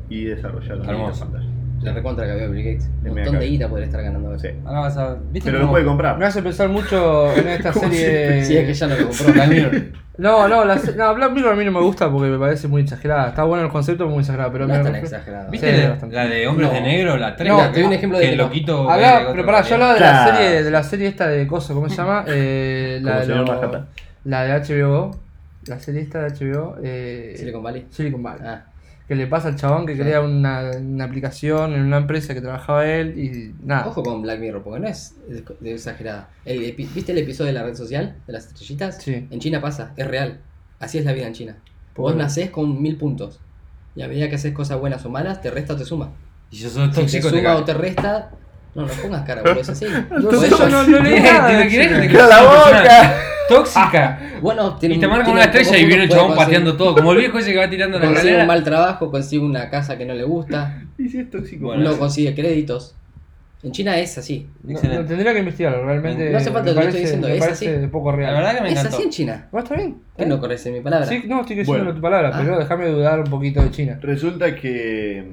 S5: y desarrollaron
S4: Hermoso.
S5: esta pantalla.
S3: La recontra que había Bill Gates.
S5: Le
S3: Un
S5: mega
S3: montón de
S5: cabe.
S3: guita podría estar ganando eso.
S5: Sí.
S4: Ahora vas a. ¿Viste
S5: Pero
S4: cómo-
S5: lo puede
S6: Me
S5: comprar.
S6: hace pensar mucho en esta
S5: Como
S6: serie.
S5: siempre,
S3: Si es que ya no lo compró Black Mirror.
S6: No, no, la, se- no, Black Mirror a mí no me gusta porque me parece muy exagerada. Está bueno el concepto, muy exagerado, pero
S3: No
S6: me
S3: es tan
S6: refiero-
S3: exagerado.
S4: ¿Viste
S6: Sí,
S4: la-
S6: bastante.
S4: la de Hombres de
S3: No.
S4: Negro? La 3.
S6: No,
S4: la
S6: te doy
S3: un ejemplo de
S4: que
S3: que
S4: lo
S3: no.
S4: quito.
S6: Hablaba- pero pará, yo hablaba de la
S5: Claro.
S6: serie, de la serie esta de Coso, ¿cómo se llama? Eh, la,
S5: Como
S6: de
S5: señor
S6: lo-
S5: Manhattan.
S6: la de HBO. La serie esta de HBO. eh,
S3: Silicon Valley.
S6: Silicon Valley.
S3: Ah,
S6: Que le pasa al chabón que crea una, una aplicación en una empresa que trabajaba él y nada.
S3: Ah, ojo con Black Mirror, porque no es de- de exagerada. El epi- ¿Viste el episodio de la red social? De las estrellitas.
S6: Sí.
S3: En China pasa, es real. Así es la vida en China. Vos
S6: Pobre.
S3: nacés con mil puntos. Y a medida que haces cosas buenas o malas, te resta o te suma.
S4: Y yo soy
S3: Si te
S4: tóxico. te
S3: suma
S4: cago.
S3: o te resta. No, no pongas cara, boludo, es así.
S6: No
S3: Por
S6: sé,
S3: eso-
S6: yo no, no leí nada.
S4: ¿Te
S6: de
S4: imaginas que te
S6: China.
S5: ¡Cala la boca!
S4: Tóxica.
S3: Bueno, tiene
S4: Y te
S3: un-
S4: marca
S3: tiene
S4: una
S3: un poco
S4: estrella y
S3: punto,
S4: viene
S3: puede
S4: el chabón
S3: conseguir-
S4: pateando todo. Como el viejo ese que va tirando la
S3: Consigue un
S4: escalera.
S3: mal trabajo, consigue una casa que no le gusta,
S5: Y si es tóxico.
S4: Bueno,
S3: no
S4: sí.
S3: consigue créditos. En China es así.
S6: No,
S4: Excelente.
S6: no, tendría que investigarlo, realmente.
S3: No hace falta
S6: me
S3: que lo
S6: parece,
S3: estoy diciendo,
S6: me
S3: es
S6: parece
S3: así.
S6: de poco
S4: La
S6: real.
S4: verdad que me
S3: Es
S4: encantó. ¿Eh?
S3: así en China.
S6: Bueno, está bien.
S3: Que no corres mi palabra.
S6: Sí, no, estoy creyendo
S5: Bueno.
S6: tu palabra, pero
S3: Ah.
S6: déjame dudar un poquito de China.
S5: Resulta que.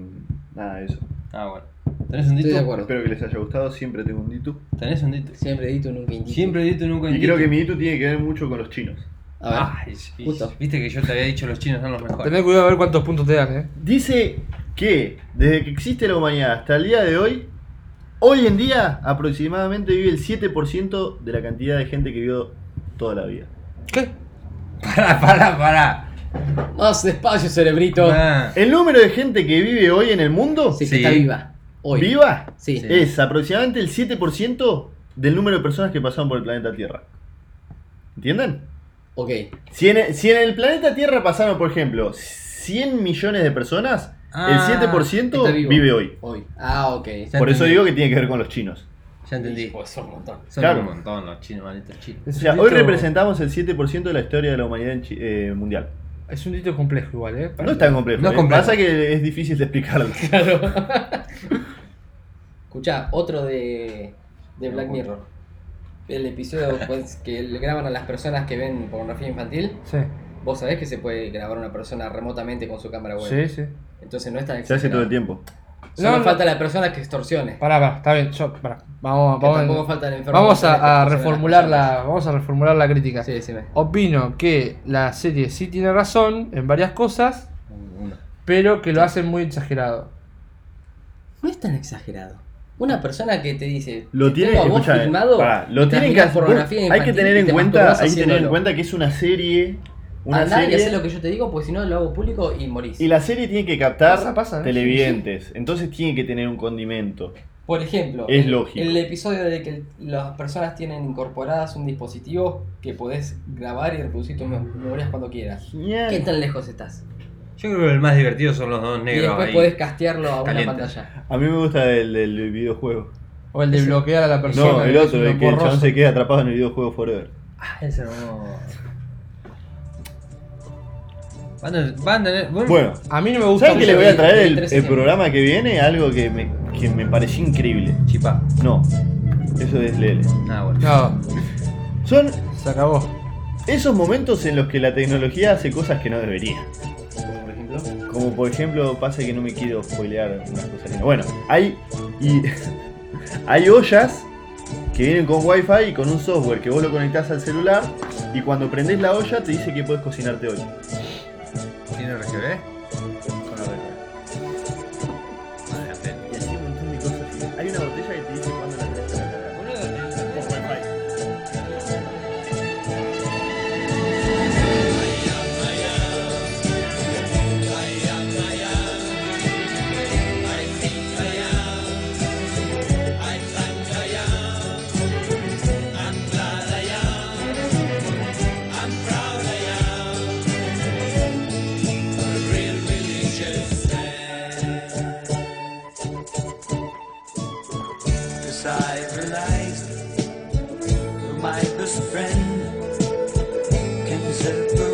S5: mm, Nada, eso.
S4: Ah, bueno. ¿Tenés un
S3: Estoy de
S4: dito?
S3: acuerdo.
S5: Espero que les haya gustado. Siempre tengo un Ditu.
S4: ¿Tenés un dito?
S3: Siempre edito nunca indito.
S4: Siempre dito, nunca
S5: Y
S4: dito.
S5: creo que mi Ditu tiene que ver mucho con los chinos.
S3: A ver.
S4: Ay, sí.
S3: Justo.
S4: Viste que yo te había dicho los chinos son los mejores.
S6: Tener cuidado a ver cuántos puntos te dan, eh.
S5: Dice que desde que existe la humanidad hasta el día de hoy, hoy en día aproximadamente vive el 7% de la cantidad de gente que vivió toda la vida.
S6: ¿Qué?
S4: Pará, pará, pará.
S3: Más despacio, cerebrito.
S4: Ah,
S5: El número de gente que vive hoy en el mundo,
S3: Sí, que
S4: Sí.
S3: está viva. Hoy.
S5: viva,
S3: Sí.
S4: Sí.
S5: es aproximadamente el 7% del número de personas que pasaron por el planeta Tierra. ¿Entienden?
S3: Ok.
S5: Si en, el, si en el planeta Tierra pasaron, por ejemplo, 100 millones de personas, el
S4: Ah,
S5: 7%
S3: Está vivo.
S5: vive hoy.
S3: Hoy. Ah, ok.
S4: Ya
S5: Por eso
S4: entendí.
S5: digo que tiene que ver con los chinos.
S4: Ya entendí.
S3: Pues son un montón.
S4: Son
S5: Claro.
S4: un montón los chinos, malditos chinos.
S5: O
S6: Es
S5: sea,
S6: un
S5: hoy
S6: dito-
S5: representamos el 7% de la historia de la humanidad en chi- eh, mundial.
S6: Es un dito complejo igual, eh.
S5: No es tan complejo.
S4: No es
S5: eh.
S4: complejo.
S5: Pasa que es difícil de explicarlo.
S3: Escuchá, otro de, de Black Mirror. El episodio pues, que le graban a las personas que ven pornografía infantil.
S6: Sí,
S3: Vos sabés que se puede grabar una persona remotamente con su cámara web.
S6: sí, sí.
S3: Entonces no es tan
S5: Se hace
S3: exagerado.
S5: todo el tiempo.
S3: Solo
S6: No, no.
S3: falta la persona que extorsione.
S6: Pará, pará, está bien, yo, pará. Vamos,
S3: Que tampoco
S6: vamos,
S3: falta el enfermo.
S6: vamos
S5: este
S3: que
S6: a, a
S3: extorsiona
S6: reformular
S3: las
S6: la, vamos a reformular la crítica.
S3: personas. Sí, decime.
S6: Opino que la serie sí tiene razón en varias cosas,
S4: Uno.
S6: pero que lo hacen muy exagerado.
S3: No es tan exagerado. Una persona que te dice.
S5: Ah. Lo
S3: "Te
S5: tienen,
S3: tengo a vos
S5: escuchá, eh,
S3: filmado,
S5: pará, lo
S3: mientras
S5: tienen que
S3: mirás
S5: hacer.
S3: pornografía
S5: Hay que
S3: infantil
S5: tener
S3: y
S5: en
S3: te
S5: cuenta,
S3: masturbás
S5: hay que tener en
S3: haciéndolo".
S5: cuenta que es una serie, una
S3: Andá y
S5: serie
S3: hacé lo que yo te digo, porque si no lo hago público y morís.
S5: y la serie tiene que captar
S6: Pasa, pasa, ¿eh?
S5: televidentes, entonces tiene que tener un condimento.
S3: Por ejemplo,
S5: Es
S3: el-
S5: lógico.
S3: el episodio de que el- las personas tienen incorporadas un dispositivo que podés grabar y reproducir tus mem- memorias cuando quieras. ¿Qué tan lejos estás?
S4: Yo creo que el más divertido son los dos
S3: Y
S4: negros
S3: después
S4: ahí.
S3: podés castearlo a una
S4: Caliente.
S3: pantalla.
S5: A mí me gusta el del videojuego.
S6: O el de
S3: Ese-
S6: bloquear a la persona.
S5: No, el
S6: que es
S5: otro,
S6: un
S5: el que el chabón
S6: borroso.
S5: se queda atrapado en el videojuego forever.
S4: Ah, ese no. Van a- van a tener-
S5: Bueno,
S6: A mí no me gusta.
S5: ¿saben que
S6: mucho
S5: le voy
S6: el-
S5: a traer
S3: el
S5: el,
S3: 13
S5: el
S3: siempre.
S5: programa que viene? Algo que me, que me pareció increíble.
S4: Chipa.
S5: No, eso es SLL.
S4: Ah, bueno.
S6: No,
S5: Son
S6: se acabó.
S5: esos momentos en los que la tecnología hace cosas que no debería.
S3: Por ejemplo.
S5: Como por ejemplo, pasa que no me quiero spoilear una cosa que no. Bueno, hay. Y, hay ollas que vienen con wifi y con un software que vos lo conectás al celular y cuando prendés la olla te dice que puedes cocinarte hoy.
S4: ¿Tiene eh? RGB? Con
S5: Y así un montón de cosas. Hay una botella que te dice cuándo la tenés que recargar. Con wifi.
S7: friend can separate.